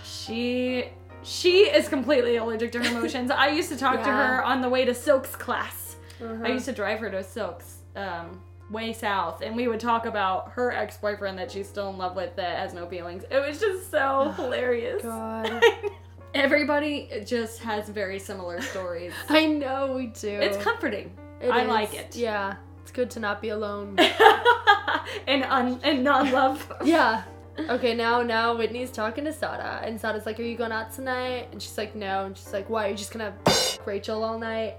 Speaker 2: she she is completely allergic to her emotions. I used to talk to
Speaker 1: Yeah.
Speaker 2: her on the way to Silk's class.
Speaker 1: Uh-huh.
Speaker 2: I used to drive her to Silk's um, way south, and we would talk about her ex boyfriend that she's still in love with that has no feelings. It was just so hilarious.
Speaker 1: God.
Speaker 2: Everybody just has very similar stories.
Speaker 1: I know we do.
Speaker 2: It's comforting
Speaker 1: It
Speaker 2: I
Speaker 1: is.
Speaker 2: like it.
Speaker 1: Yeah. It's good to not be alone.
Speaker 2: and un- and non love.
Speaker 1: yeah. Okay, now now Whitney's talking to Sada, and Sada's like, "Are you going out tonight?" And she's like, "No." And she's like, "Why? You're just gonna have Rachel all night?"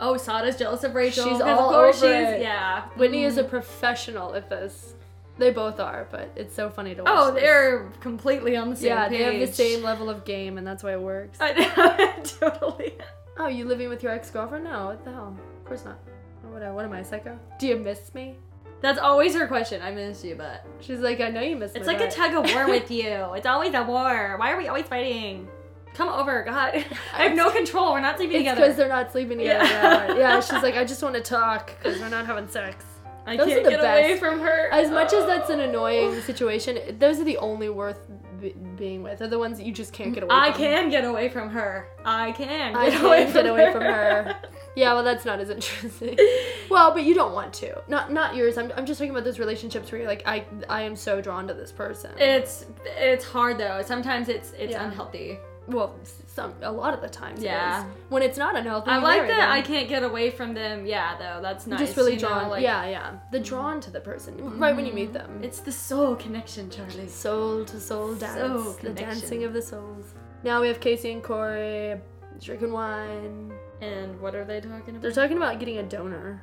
Speaker 2: Oh, Sada's jealous of Rachel.
Speaker 1: She's
Speaker 2: 'cause
Speaker 1: all
Speaker 2: of course
Speaker 1: over
Speaker 2: she's,
Speaker 1: it.
Speaker 2: Yeah.
Speaker 1: Whitney is a
Speaker 2: Mm.
Speaker 1: professional at this. They both are, but it's so funny to watch.
Speaker 2: Oh,
Speaker 1: this.
Speaker 2: they're completely on the same
Speaker 1: yeah,
Speaker 2: page. Uh,
Speaker 1: they have the same level of game, and that's why it works.
Speaker 2: I know, totally.
Speaker 1: Oh, you living with your ex girlfriend? No, what the hell? Of course not. Or What, what am I, a psycho? Do you miss me?
Speaker 2: That's always her question. I miss you, but
Speaker 1: She's like, I know you miss me.
Speaker 2: it's like a
Speaker 1: but-
Speaker 2: tug of war with you. It's always a war. Why are we always fighting? Come over, God. I have no control. We're not sleeping
Speaker 1: It's because
Speaker 2: together.
Speaker 1: they're not sleeping together.
Speaker 2: Yeah.
Speaker 1: Yeah. yeah, she's like, I just want to talk because we're not having sex.
Speaker 2: I
Speaker 1: Those are
Speaker 2: can't
Speaker 1: the
Speaker 2: get away
Speaker 1: best.
Speaker 2: from her.
Speaker 1: As much as
Speaker 2: Oh.
Speaker 1: that's an annoying situation, those are the only worth b- being with. Are the ones that you just can't get away.
Speaker 2: I
Speaker 1: from.
Speaker 2: can get away from her. I can get
Speaker 1: I can
Speaker 2: away
Speaker 1: get
Speaker 2: from
Speaker 1: away
Speaker 2: her.
Speaker 1: from her. Yeah, well, that's not as interesting. Well, but you don't want to. Not not yours. I'm, I'm just talking about those relationships where you're like, I I am so drawn to this person.
Speaker 2: It's it's hard though. Sometimes it's it's
Speaker 1: Yeah.
Speaker 2: unhealthy.
Speaker 1: well, some a lot of the times.
Speaker 2: Yeah.
Speaker 1: It is. When it's not unhealthy.
Speaker 2: I
Speaker 1: you
Speaker 2: like
Speaker 1: marry
Speaker 2: that I
Speaker 1: them.
Speaker 2: can't get away from them. Yeah, though that's nice.
Speaker 1: You're just really
Speaker 2: you know,
Speaker 1: drawn.
Speaker 2: like- Mm-hmm.
Speaker 1: yeah, yeah. The drawn to the person right when you meet them.
Speaker 2: It's the soul connection, Charlie.
Speaker 1: soul to soul dance. the
Speaker 2: connection.
Speaker 1: dancing of the souls. Now we have Casey and Corey drinking wine.
Speaker 2: And what are they talking about?
Speaker 1: They're talking about getting a donor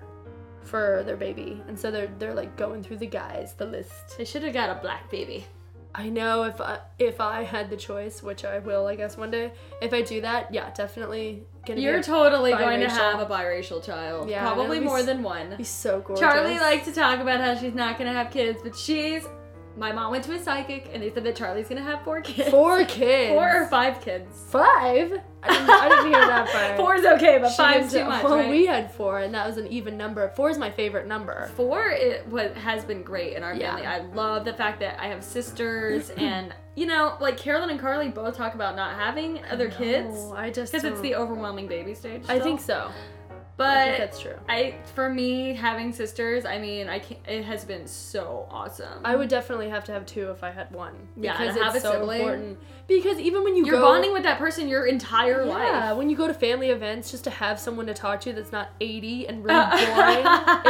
Speaker 1: for their baby, and so they're they're like going through the guys, the list.
Speaker 2: they should have got a black baby.
Speaker 1: I know if I, if I had the choice, which I will, I guess one day. If I do that, yeah, definitely gonna be,
Speaker 2: You're
Speaker 1: a-
Speaker 2: totally going to
Speaker 1: biracial.
Speaker 2: have a biracial child.
Speaker 1: Yeah,
Speaker 2: probably
Speaker 1: that'd be
Speaker 2: more
Speaker 1: s-
Speaker 2: than one.
Speaker 1: be so gorgeous.
Speaker 2: Charlie likes to talk about how she's not gonna have kids, but she's. My mom went to a psychic, and they said that Charlie's gonna have four kids.
Speaker 1: four kids,
Speaker 2: Four or five kids.
Speaker 1: five. I didn't, I didn't hear that part.
Speaker 2: Four's okay, but
Speaker 1: She
Speaker 2: five's
Speaker 1: didn't-
Speaker 2: too much.
Speaker 1: Well,
Speaker 2: right?
Speaker 1: we had four, and that was an even number. Four is my favorite number.
Speaker 2: four it what has been great in our
Speaker 1: Yeah.
Speaker 2: family. I love the fact that I have sisters, and you know, like Carolyn and Carly both talk about not having other kids
Speaker 1: Oh, I just
Speaker 2: because it's
Speaker 1: don't-
Speaker 2: the overwhelming baby stage.
Speaker 1: I
Speaker 2: still.
Speaker 1: think so. I think
Speaker 2: but
Speaker 1: that's true.
Speaker 2: I, for me, having sisters, I mean, I can It has been so awesome.
Speaker 1: I would definitely have to have two if I had one.
Speaker 2: Yeah,
Speaker 1: because
Speaker 2: to have
Speaker 1: it's
Speaker 2: a
Speaker 1: so
Speaker 2: sibling.
Speaker 1: important. Because even when you
Speaker 2: You're
Speaker 1: go,
Speaker 2: bonding with that person your entire
Speaker 1: yeah,
Speaker 2: life.
Speaker 1: when you go to family events, just to have someone to talk to that's not 80 and really
Speaker 2: Uh.
Speaker 1: boring,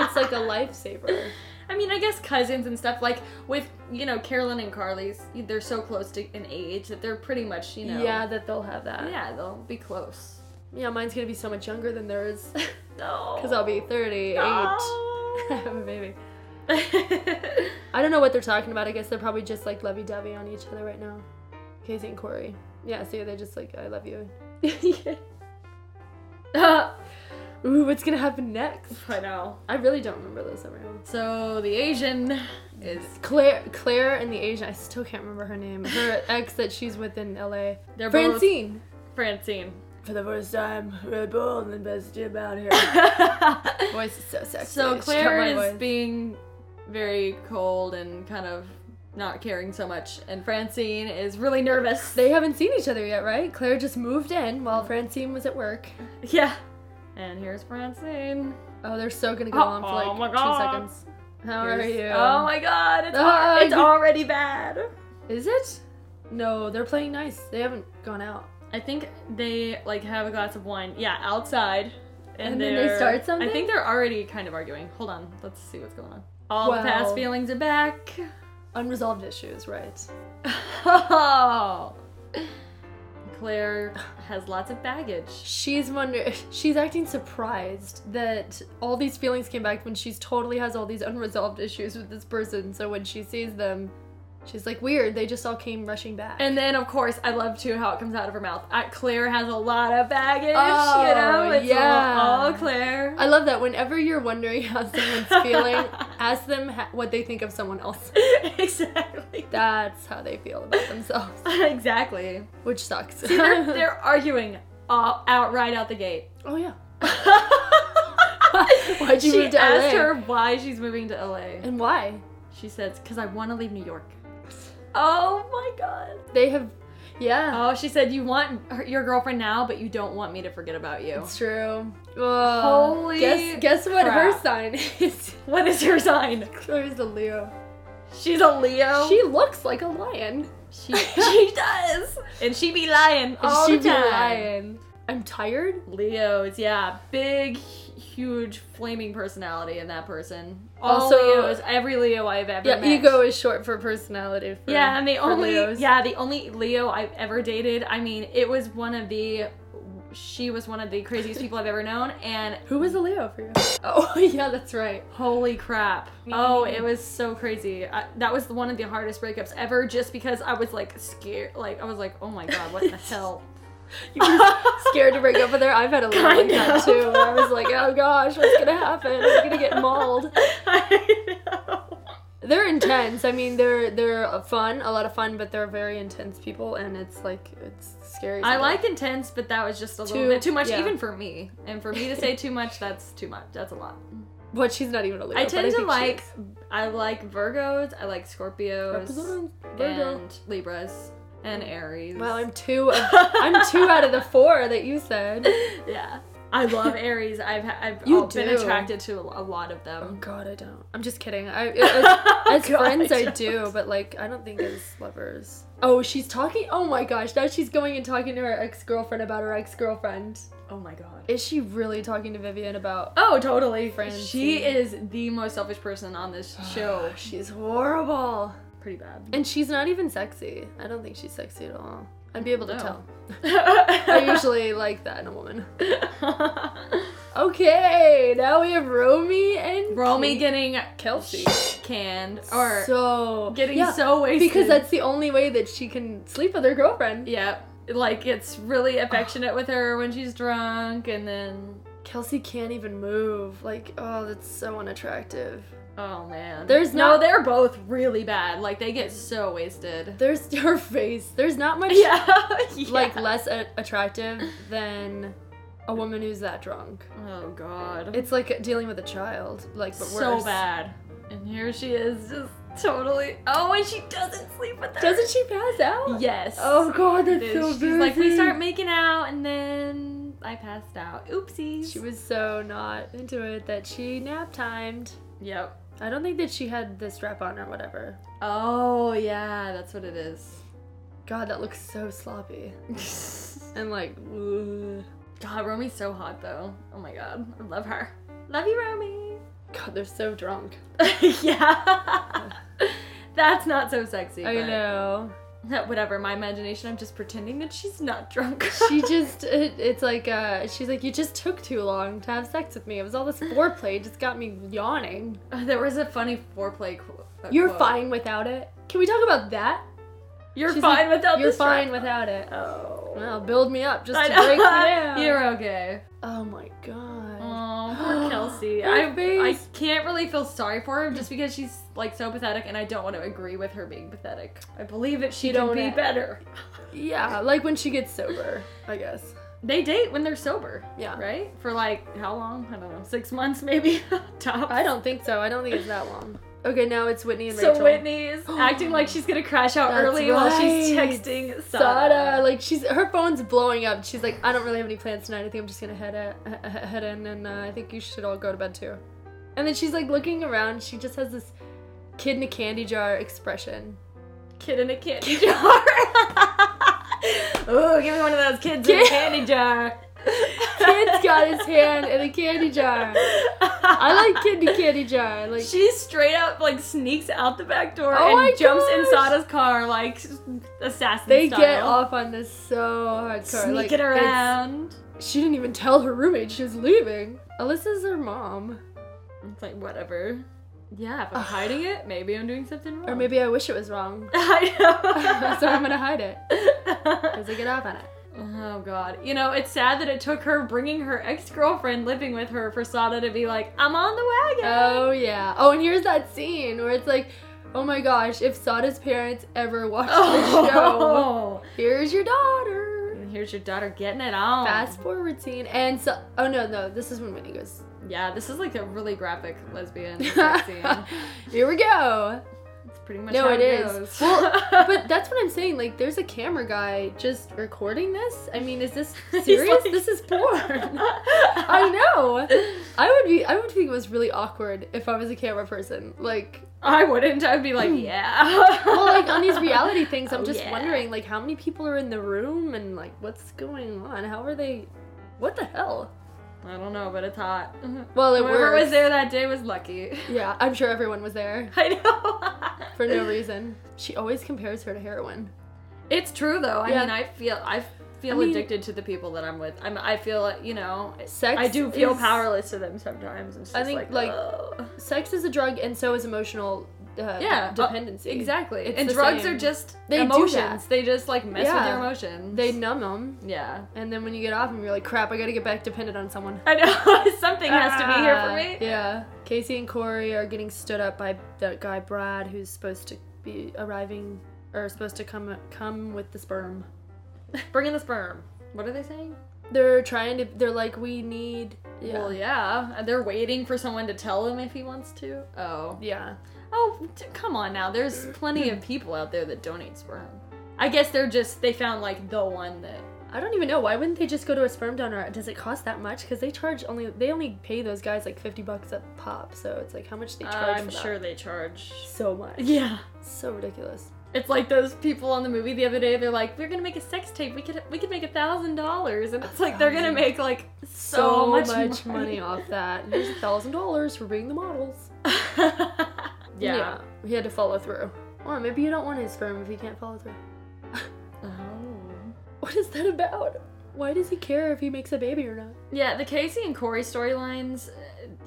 Speaker 1: it's like a lifesaver.
Speaker 2: I mean, I guess cousins and stuff like with you know Carolyn and Carly's, they're so close to an age that they're pretty much you know.
Speaker 1: Yeah, that they'll have that. Yeah.
Speaker 2: Yeah, they'll be close.
Speaker 1: mine's gonna be so much younger than theirs,
Speaker 2: No.
Speaker 1: because I'll be 38. I have a baby.
Speaker 2: Eight.
Speaker 1: I don't know what they're talking about. I guess they're probably just like lovey dovey on each other right now. Casey and Corey. Yeah, see, they just like, I love you. Ooh, what's gonna happen next?
Speaker 2: I know.
Speaker 1: I really don't remember this ever.
Speaker 2: So the Asian is
Speaker 1: Claire, Claire and the Asian. I still can't remember her name. Her ex that she's with in L.A.
Speaker 2: they're
Speaker 1: Francine.
Speaker 2: both Francine.
Speaker 1: For the first time, Red Bull and the best gym out here. voice is so sexy.
Speaker 2: so
Speaker 1: She got
Speaker 2: Claire
Speaker 1: my
Speaker 2: is
Speaker 1: voice.
Speaker 2: being very cold and kind of not caring so much, and Francine is really nervous.
Speaker 1: They haven't seen each other yet, right? Claire just moved in while Francine was at work.
Speaker 2: Yeah. And here's Francine.
Speaker 1: Oh, they're so gonna go
Speaker 2: Oh,
Speaker 1: on for like
Speaker 2: oh my
Speaker 1: two
Speaker 2: God.
Speaker 1: seconds. How are
Speaker 2: Here's-
Speaker 1: you?
Speaker 2: Oh my god, it's,
Speaker 1: Oh,
Speaker 2: hard. it's
Speaker 1: you-
Speaker 2: already bad.
Speaker 1: Is it? No, they're playing nice. They haven't gone out.
Speaker 2: I think they like have a glass of wine. Yeah, outside.
Speaker 1: And then they
Speaker 2: they're-
Speaker 1: start
Speaker 2: I
Speaker 1: something?
Speaker 2: think they're already kind of arguing. Hold on, let's see what's going on. All
Speaker 1: Wow.
Speaker 2: the past feelings are back.
Speaker 1: Unresolved issues, right?
Speaker 2: Oh. Claire has lots of baggage.
Speaker 1: She's wonder she's acting surprised that all these feelings came back when she's totally has all these unresolved issues with this person. So when she sees them, she's like, "Weird, they just all came rushing back."
Speaker 2: And then, of course, I love too how it comes out of her mouth. Uh, Claire has a lot of baggage, you
Speaker 1: Oh,
Speaker 2: know? It's
Speaker 1: yeah.
Speaker 2: all, all Claire.
Speaker 1: I love that whenever you're wondering how someone's feeling, ask them ha- what they think of someone else.
Speaker 2: exactly.
Speaker 1: That's how they feel about themselves,
Speaker 2: exactly.
Speaker 1: which sucks.
Speaker 2: See, they're, they're arguing all, out right out the gate.
Speaker 1: oh yeah.
Speaker 2: Why'd
Speaker 1: you
Speaker 2: she
Speaker 1: move to
Speaker 2: asked
Speaker 1: LA?
Speaker 2: her why she's moving to LA.
Speaker 1: And why?
Speaker 2: She says, "Cause I want to leave New York." Oh my god.
Speaker 1: They have yeah.
Speaker 2: Oh, she said, "You want her, your girlfriend now, but you don't want me to forget about you."
Speaker 1: It's true.
Speaker 2: Holy
Speaker 1: Guess guess what her
Speaker 2: crap.
Speaker 1: sign is.
Speaker 2: What is your sign?
Speaker 1: Claire's a Leo.
Speaker 2: She's a Leo.
Speaker 1: She looks like a lion.
Speaker 2: she, she does, and she be lying all
Speaker 1: she
Speaker 2: the time.
Speaker 1: Be lying. I'm tired.
Speaker 2: Leos, yeah, big, hu- huge, flaming personality in that person.
Speaker 1: Also-
Speaker 2: also, Leos, every Leo I've ever
Speaker 1: Yeah,
Speaker 2: met.
Speaker 1: ego is short for personality. For,
Speaker 2: Yeah, and the
Speaker 1: for
Speaker 2: only
Speaker 1: Leos.
Speaker 2: yeah the only Leo I've ever dated. I mean, it was one of the. She was one of the craziest people I've ever known, and
Speaker 1: Who was a Leo for you? Oh yeah, that's right.
Speaker 2: holy crap! Oh, it was so crazy. I, that was one of the hardest breakups ever, just because I was like scared. Like I was like, oh my god, what the hell?
Speaker 1: You were scared to break up with her. I've had a Leo like
Speaker 2: Kind
Speaker 1: that
Speaker 2: of.
Speaker 1: too. And I was like, oh gosh, what's gonna happen? I'm gonna get mauled.
Speaker 2: I know.
Speaker 1: They're intense. I mean, they're they're fun, a lot of fun, but they're very intense people, and it's like it's scary.
Speaker 2: I
Speaker 1: sometimes.
Speaker 2: like intense, but that was just a little
Speaker 1: Too-
Speaker 2: bit too much,
Speaker 1: yeah.
Speaker 2: even for me. And for me to say too much, that's too much. That's a lot.
Speaker 1: But she's not even a Leo.
Speaker 2: I
Speaker 1: but
Speaker 2: tend to
Speaker 1: think she
Speaker 2: like
Speaker 1: is.
Speaker 2: I like Virgos, I like Scorpios,
Speaker 1: Virgo.
Speaker 2: and Libras and Aries.
Speaker 1: Well, I'm two. Of, I'm two out of the four that you said.
Speaker 2: yeah. I love Aries. I've ha- I've
Speaker 1: You
Speaker 2: all been
Speaker 1: do.
Speaker 2: attracted to a lot of
Speaker 1: Oh
Speaker 2: them. Oh,
Speaker 1: God, I don't. I'm just kidding. I Oh, as, as
Speaker 2: God,
Speaker 1: friends I,
Speaker 2: don't.
Speaker 1: do, but like I don't think as lovers. Oh, she's talking. Oh my gosh, now she's going and talking to her ex girlfriend about her ex girlfriend.
Speaker 2: Oh my god.
Speaker 1: Is she really talking to Vivian about?
Speaker 2: Oh, totally.
Speaker 1: Francine.
Speaker 2: She is the most selfish person on this show.
Speaker 1: She's horrible,
Speaker 2: Pretty bad.
Speaker 1: and she's not even sexy. I don't think she's sexy at all. I'd be able to
Speaker 2: No.
Speaker 1: tell. I
Speaker 2: Are
Speaker 1: usually like that in a woman.
Speaker 2: you
Speaker 1: Okay, now we have Romy and
Speaker 2: Romy getting
Speaker 1: Kelsey.
Speaker 2: canned or
Speaker 1: so
Speaker 2: getting
Speaker 1: yeah,
Speaker 2: so wasted
Speaker 1: because that's the only way that she can sleep with her girlfriend.
Speaker 2: yeah. Like it's really affectionate with her when she's drunk, and then
Speaker 1: Kelsey can't even move. Like, oh, that's so unattractive.
Speaker 2: oh man,
Speaker 1: There's
Speaker 2: no.
Speaker 1: not-
Speaker 2: They're both really bad. Like they get so wasted.
Speaker 1: There's her face. There's not much
Speaker 2: Yeah, yeah.
Speaker 1: like less a- attractive than a woman who's that drunk.
Speaker 2: oh god,
Speaker 1: It's like dealing with a child, like but
Speaker 2: so
Speaker 1: worse.
Speaker 2: bad. And here she is, just totally. Oh, and she doesn't sleep with her.
Speaker 1: Doesn't she pass out?
Speaker 2: Yes.
Speaker 1: Oh god, that's
Speaker 2: She's
Speaker 1: so boozy.
Speaker 2: like, we start making out, and then I passed out. Oopsies.
Speaker 1: She was so not into it that she nap timed.
Speaker 2: Yep.
Speaker 1: I don't think that she had the strap on or whatever.
Speaker 2: Oh yeah, that's what it is.
Speaker 1: God, that looks so sloppy. And like, ugh.
Speaker 2: God, Romy's so hot though. Oh my god, I love her. Love you, Romy.
Speaker 1: God, they're so drunk.
Speaker 2: yeah. That's not so sexy.
Speaker 1: I
Speaker 2: but-
Speaker 1: know.
Speaker 2: Whatever, my imagination, I'm just pretending that she's not drunk.
Speaker 1: she just it, it's like uh she's like you just took too long to have sex with me it was all this foreplay it just got me yawning
Speaker 2: Oh, there was a funny foreplay qu- uh,
Speaker 1: you're
Speaker 2: quote.
Speaker 1: fine without it can we talk about that
Speaker 2: You're
Speaker 1: She's
Speaker 2: fine
Speaker 1: like,
Speaker 2: without
Speaker 1: you're
Speaker 2: the strap
Speaker 1: fine without it
Speaker 2: on." Oh.
Speaker 1: well build me up just
Speaker 2: I
Speaker 1: to
Speaker 2: know.
Speaker 1: break me down
Speaker 2: You're okay.
Speaker 1: oh my god
Speaker 2: Oh, poor Kelsey.
Speaker 1: Her
Speaker 2: I, I
Speaker 1: face.
Speaker 2: can't really feel sorry for her just because she's like so pathetic, and I don't want to agree with her being pathetic. I believe that she
Speaker 1: You
Speaker 2: could
Speaker 1: don't
Speaker 2: be
Speaker 1: wanna-
Speaker 2: better.
Speaker 1: yeah like when she gets sober i guess
Speaker 2: They date when they're sober,
Speaker 1: yeah
Speaker 2: right? For like how long? I don't know, six months maybe. Top.
Speaker 1: i don't think so i don't think it's that long okay now it's whitney and
Speaker 2: So
Speaker 1: rachel
Speaker 2: Whitney is acting like she's gonna crash out
Speaker 1: That's
Speaker 2: early while she's
Speaker 1: right.
Speaker 2: texting
Speaker 1: Sada,
Speaker 2: Sada.
Speaker 1: like she's her phone's blowing up. She's like, I don't really have any plans tonight. I think I'm just gonna head out, head in, and uh, I think you should all go to bed too. And then she's like looking around. She just has this kid in a candy jar expression.
Speaker 2: Kid in a candy jar. Ooh, give me one of those kids in a
Speaker 1: Kid-
Speaker 2: candy jar.
Speaker 1: Kid's got his hand in a candy jar. I like kid in a candy jar. Like
Speaker 2: She straight up like sneaks out the back door
Speaker 1: Oh my
Speaker 2: and jumps
Speaker 1: gosh.
Speaker 2: in Sada's car like assassin
Speaker 1: they
Speaker 2: style.
Speaker 1: get off on this so hardcore.
Speaker 2: sneaking
Speaker 1: like, it's-
Speaker 2: around.
Speaker 1: She didn't even tell her roommate she was leaving. Alyssa's her mom,
Speaker 2: It's like whatever. Yeah, if I'm hiding it, maybe I'm doing something wrong.
Speaker 1: or maybe I wish it was wrong,
Speaker 2: I know.
Speaker 1: so I'm gonna hide it because I get off on it.
Speaker 2: oh god. You know, it's sad that it took her bringing her ex girlfriend living with her for Sada to be like, I'm on the wagon.
Speaker 1: Oh yeah. Oh, and here's that scene where it's like, oh my gosh, if Sada's parents ever watch the
Speaker 2: Oh.
Speaker 1: show, here's your daughter.
Speaker 2: And here's your daughter getting it on.
Speaker 1: Fast forward scene, and so oh no no, this is when Whitney goes.
Speaker 2: Yeah, this is like a really graphic lesbian sex scene.
Speaker 1: Here we go.
Speaker 2: It's pretty much
Speaker 1: No,
Speaker 2: how
Speaker 1: it
Speaker 2: it
Speaker 1: is.
Speaker 2: goes.
Speaker 1: Well, But that's what I'm saying. Like, there's a camera guy just recording this. I mean, is this
Speaker 2: He's
Speaker 1: serious?
Speaker 2: like-
Speaker 1: this is porn. I
Speaker 2: I
Speaker 1: know. I would be. I would think it was really awkward if I was a camera person. Like,
Speaker 2: I wouldn't. I'd be like, yeah.
Speaker 1: Hmm. well, like on these reality things, I'm
Speaker 2: Oh,
Speaker 1: just
Speaker 2: yeah.
Speaker 1: wondering, like, how many people are in the room and like what's going on? How are they? What the hell?
Speaker 2: I don't know, but it's hot.
Speaker 1: Well, it
Speaker 2: Whoever
Speaker 1: works.
Speaker 2: was there that day was lucky.
Speaker 1: Yeah, I'm sure everyone was there
Speaker 2: I know.
Speaker 1: for no reason. She always compares her to heroin.
Speaker 2: It's true though. I
Speaker 1: Yeah.
Speaker 2: mean, I feel I feel
Speaker 1: I mean-
Speaker 2: addicted to the people that I'm with. I'm. I feel you know.
Speaker 1: Sex.
Speaker 2: I do feel
Speaker 1: is-
Speaker 2: powerless to them sometimes. It's just
Speaker 1: I think, like,
Speaker 2: ugh.
Speaker 1: Sex is a drug, and so is emotional. Uh,
Speaker 2: Yeah, uh,
Speaker 1: dependency.
Speaker 2: exactly.
Speaker 1: It's
Speaker 2: and
Speaker 1: the
Speaker 2: drugs
Speaker 1: same.
Speaker 2: are just
Speaker 1: They do
Speaker 2: emotions.
Speaker 1: that.
Speaker 2: They just like mess with
Speaker 1: Yeah.
Speaker 2: your emotions.
Speaker 1: They numb them,
Speaker 2: yeah.
Speaker 1: and then when you get off, and you're like, "Crap, I gotta get back dependent on someone."
Speaker 2: I know something has to be here for
Speaker 1: Ah,
Speaker 2: me.
Speaker 1: Yeah. Casey and Corey are getting stood up by that guy Brad, who's supposed to be arriving or supposed to come come with the sperm.
Speaker 2: Bring in the sperm. What are they saying?
Speaker 1: They're trying to. They're like, we need Yeah.
Speaker 2: Well, yeah. They're waiting for someone to tell him if he wants to. Oh.
Speaker 1: yeah.
Speaker 2: Oh, t- come on now. There's plenty of people out there that donates sperm. I guess they're just, they found like the one that.
Speaker 1: I don't even know. Why wouldn't they just go to a sperm donor? Does it cost that much? Because they charge only they only pay those guys like fifty bucks a pop. So it's like how much they charge.
Speaker 2: I'm
Speaker 1: for that?
Speaker 2: sure they charge.
Speaker 1: So much.
Speaker 2: Yeah.
Speaker 1: So ridiculous.
Speaker 2: It's like those people on the movie the other day. They're like, "We're gonna make a sex tape. We could, we could make a thousand dollars." And it's like they're gonna make like so, much,
Speaker 1: money. off that. Here's a thousand dollars for being the models.
Speaker 2: yeah.
Speaker 1: He had to follow through. Or maybe you don't want his sperm if you can't follow through.
Speaker 2: Oh.
Speaker 1: What is that about? Why does he care if he makes a baby or not?
Speaker 2: Yeah. The Casey and Corey storylines, uh,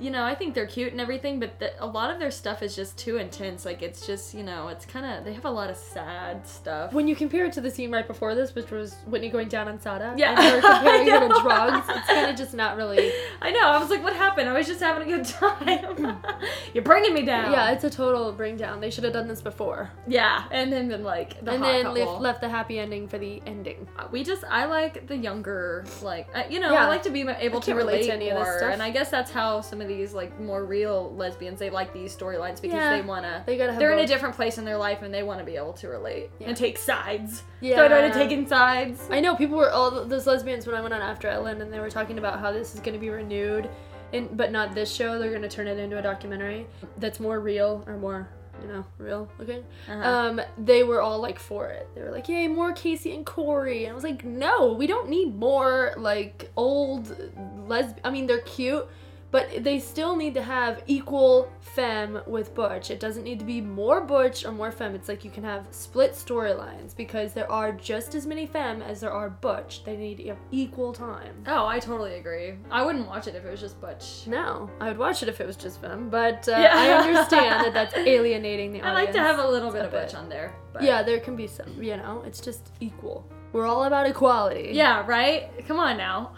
Speaker 2: you know, I think they're cute and everything, but the, a lot of their stuff is just too intense. Like it's just, you know, it's kind of they have a lot of sad stuff.
Speaker 1: When you compare it to the scene right before this, which was Whitney going down on Sada,
Speaker 2: Yeah.
Speaker 1: and they were comparing
Speaker 2: I
Speaker 1: her to
Speaker 2: know.
Speaker 1: drugs, it's kind of just not really.
Speaker 2: I know. I was like, "What happened? I was just having a good time. You're bringing me down."
Speaker 1: Yeah, it's a total bring down. They should have done this before,
Speaker 2: Yeah. And then, then like the
Speaker 1: and
Speaker 2: hot
Speaker 1: then
Speaker 2: couple.
Speaker 1: left, left the happy ending for the ending.
Speaker 2: we just I like the younger like uh, you know
Speaker 1: Yeah.
Speaker 2: I like to be able to
Speaker 1: can't relate
Speaker 2: relate
Speaker 1: to any of
Speaker 2: more,
Speaker 1: this stuff.
Speaker 2: and I guess that's how some of these like more real lesbians they like these storylines because
Speaker 1: Yeah.
Speaker 2: they wanna
Speaker 1: They gotta have.
Speaker 2: they're in a
Speaker 1: both.
Speaker 2: different place in their life and they want to be able to relate
Speaker 1: Yeah.
Speaker 2: and take sides.
Speaker 1: Yeah.
Speaker 2: So I don't taking sides.
Speaker 1: I know people were all those lesbians when I went on After Ellen, and they were talking about how this is going to be renewed, and but not this show. They're going to turn it into a documentary that's more real or more, you know, real looking.
Speaker 2: Uh-huh.
Speaker 1: Um, they were all like for it. They were like, "Yay, more Casey and Corey!" And I was like, "No, we don't need more like old lesb. I mean, they're cute." But they still need to have equal femme with Butch. It doesn't need to be more Butch or more femme. It's like you can have split storylines because there are just as many femme as there are Butch. They need to have equal time.
Speaker 2: oh, I totally agree. I wouldn't watch it if it was just Butch.
Speaker 1: No, I would watch it if it was just femme, but uh,
Speaker 2: Yeah.
Speaker 1: I understand that that's alienating the
Speaker 2: I
Speaker 1: audience.
Speaker 2: like to have a little bit
Speaker 1: a
Speaker 2: of Butch
Speaker 1: bit.
Speaker 2: on there. But.
Speaker 1: Yeah, there can be some, you know, it's just equal. We're all about equality.
Speaker 2: Yeah. Right. Come on now.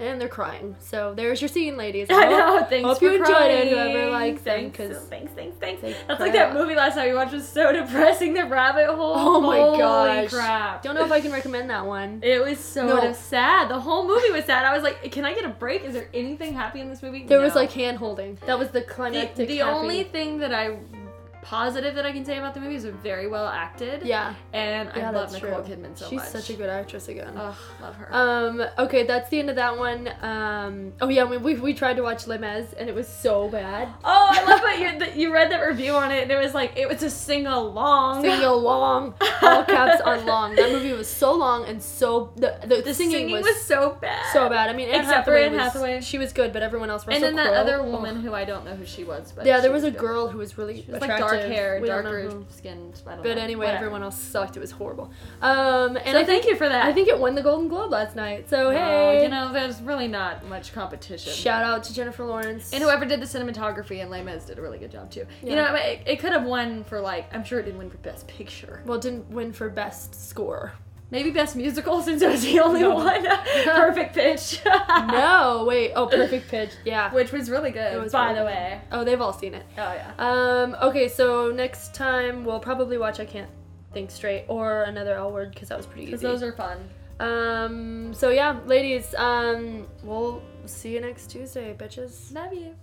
Speaker 1: And they're crying. So there's your scene, ladies.
Speaker 2: I know. Thanks
Speaker 1: hope
Speaker 2: for
Speaker 1: you enjoyed
Speaker 2: crying.
Speaker 1: it, whoever likes them,
Speaker 2: thanks,
Speaker 1: 'cause
Speaker 2: thanks, thanks, thanks.
Speaker 1: they
Speaker 2: That's like
Speaker 1: cry
Speaker 2: that
Speaker 1: out.
Speaker 2: movie last night we watched was so depressing. The rabbit hole.
Speaker 1: Oh my
Speaker 2: Holy
Speaker 1: gosh.
Speaker 2: crap!
Speaker 1: Don't know if I can recommend that one.
Speaker 2: It was so
Speaker 1: No.
Speaker 2: sad. The whole movie was sad. I was like, "Can I get a break? Is there anything happy in this movie?"
Speaker 1: There
Speaker 2: No.
Speaker 1: was like hand holding. That was the
Speaker 2: the,
Speaker 1: climactic.
Speaker 2: the
Speaker 1: happy-
Speaker 2: only thing that I positive that I can say about the movie is it was very well acted.
Speaker 1: Yeah.
Speaker 2: and
Speaker 1: Yeah,
Speaker 2: I love
Speaker 1: that's
Speaker 2: Nicole
Speaker 1: true.
Speaker 2: Kidman so
Speaker 1: She's
Speaker 2: much. Oh.
Speaker 1: such a good actress again.
Speaker 2: Ugh, love her.
Speaker 1: Um, okay, that's the end of that one. Um, oh yeah, we, we, we tried to watch Les Mis and it was so bad.
Speaker 2: oh, I love that you that you read that review on it. and It was like it was a sing along.
Speaker 1: Singing along, all caps on long. That movie was so long and so the the,
Speaker 2: The
Speaker 1: singing, was,
Speaker 2: so bad.
Speaker 1: so bad. I mean, Anne
Speaker 2: Except for
Speaker 1: Hathaway,
Speaker 2: Anne
Speaker 1: was-
Speaker 2: Hathaway.
Speaker 1: she was good, but everyone else.
Speaker 2: And
Speaker 1: Russell
Speaker 2: then that
Speaker 1: Crowe,
Speaker 2: other
Speaker 1: ugh.
Speaker 2: woman who I don't know who she was, but
Speaker 1: Yeah,
Speaker 2: she
Speaker 1: there was a
Speaker 2: good.
Speaker 1: girl who was really
Speaker 2: It was like
Speaker 1: attractive.
Speaker 2: dark hair,
Speaker 1: We don't know
Speaker 2: darker
Speaker 1: who.
Speaker 2: skinned. I don't
Speaker 1: But
Speaker 2: know.
Speaker 1: anyway,
Speaker 2: Whatever.
Speaker 1: everyone else sucked. It was horrible. Um, and
Speaker 2: So
Speaker 1: I think
Speaker 2: thank you for that.
Speaker 1: I think it won the Golden Globe last night. So
Speaker 2: Oh,
Speaker 1: hey,
Speaker 2: you know, there's really not much competition.
Speaker 1: shout out to Jennifer Lawrence
Speaker 2: and whoever did the cinematography in Les Mis did a really good job too. You
Speaker 1: Yeah.
Speaker 2: know, it, it could have won for like I'm sure it didn't win for best picture.
Speaker 1: Well, didn't win for best score.
Speaker 2: Maybe best musical since it was the only
Speaker 1: No.
Speaker 2: one. Perfect pitch.
Speaker 1: no, wait. Oh, Perfect Pitch. Yeah.
Speaker 2: Which was really good.
Speaker 1: It was
Speaker 2: by
Speaker 1: really
Speaker 2: the
Speaker 1: good.
Speaker 2: way.
Speaker 1: Oh, they've all seen it.
Speaker 2: Oh yeah.
Speaker 1: Um, okay, so next time we'll probably watch I Can't Think Straight or another L word because that was pretty easy.
Speaker 2: Because those are fun.
Speaker 1: um, so yeah, ladies, um, we'll see you next Tuesday, bitches.
Speaker 2: Love you.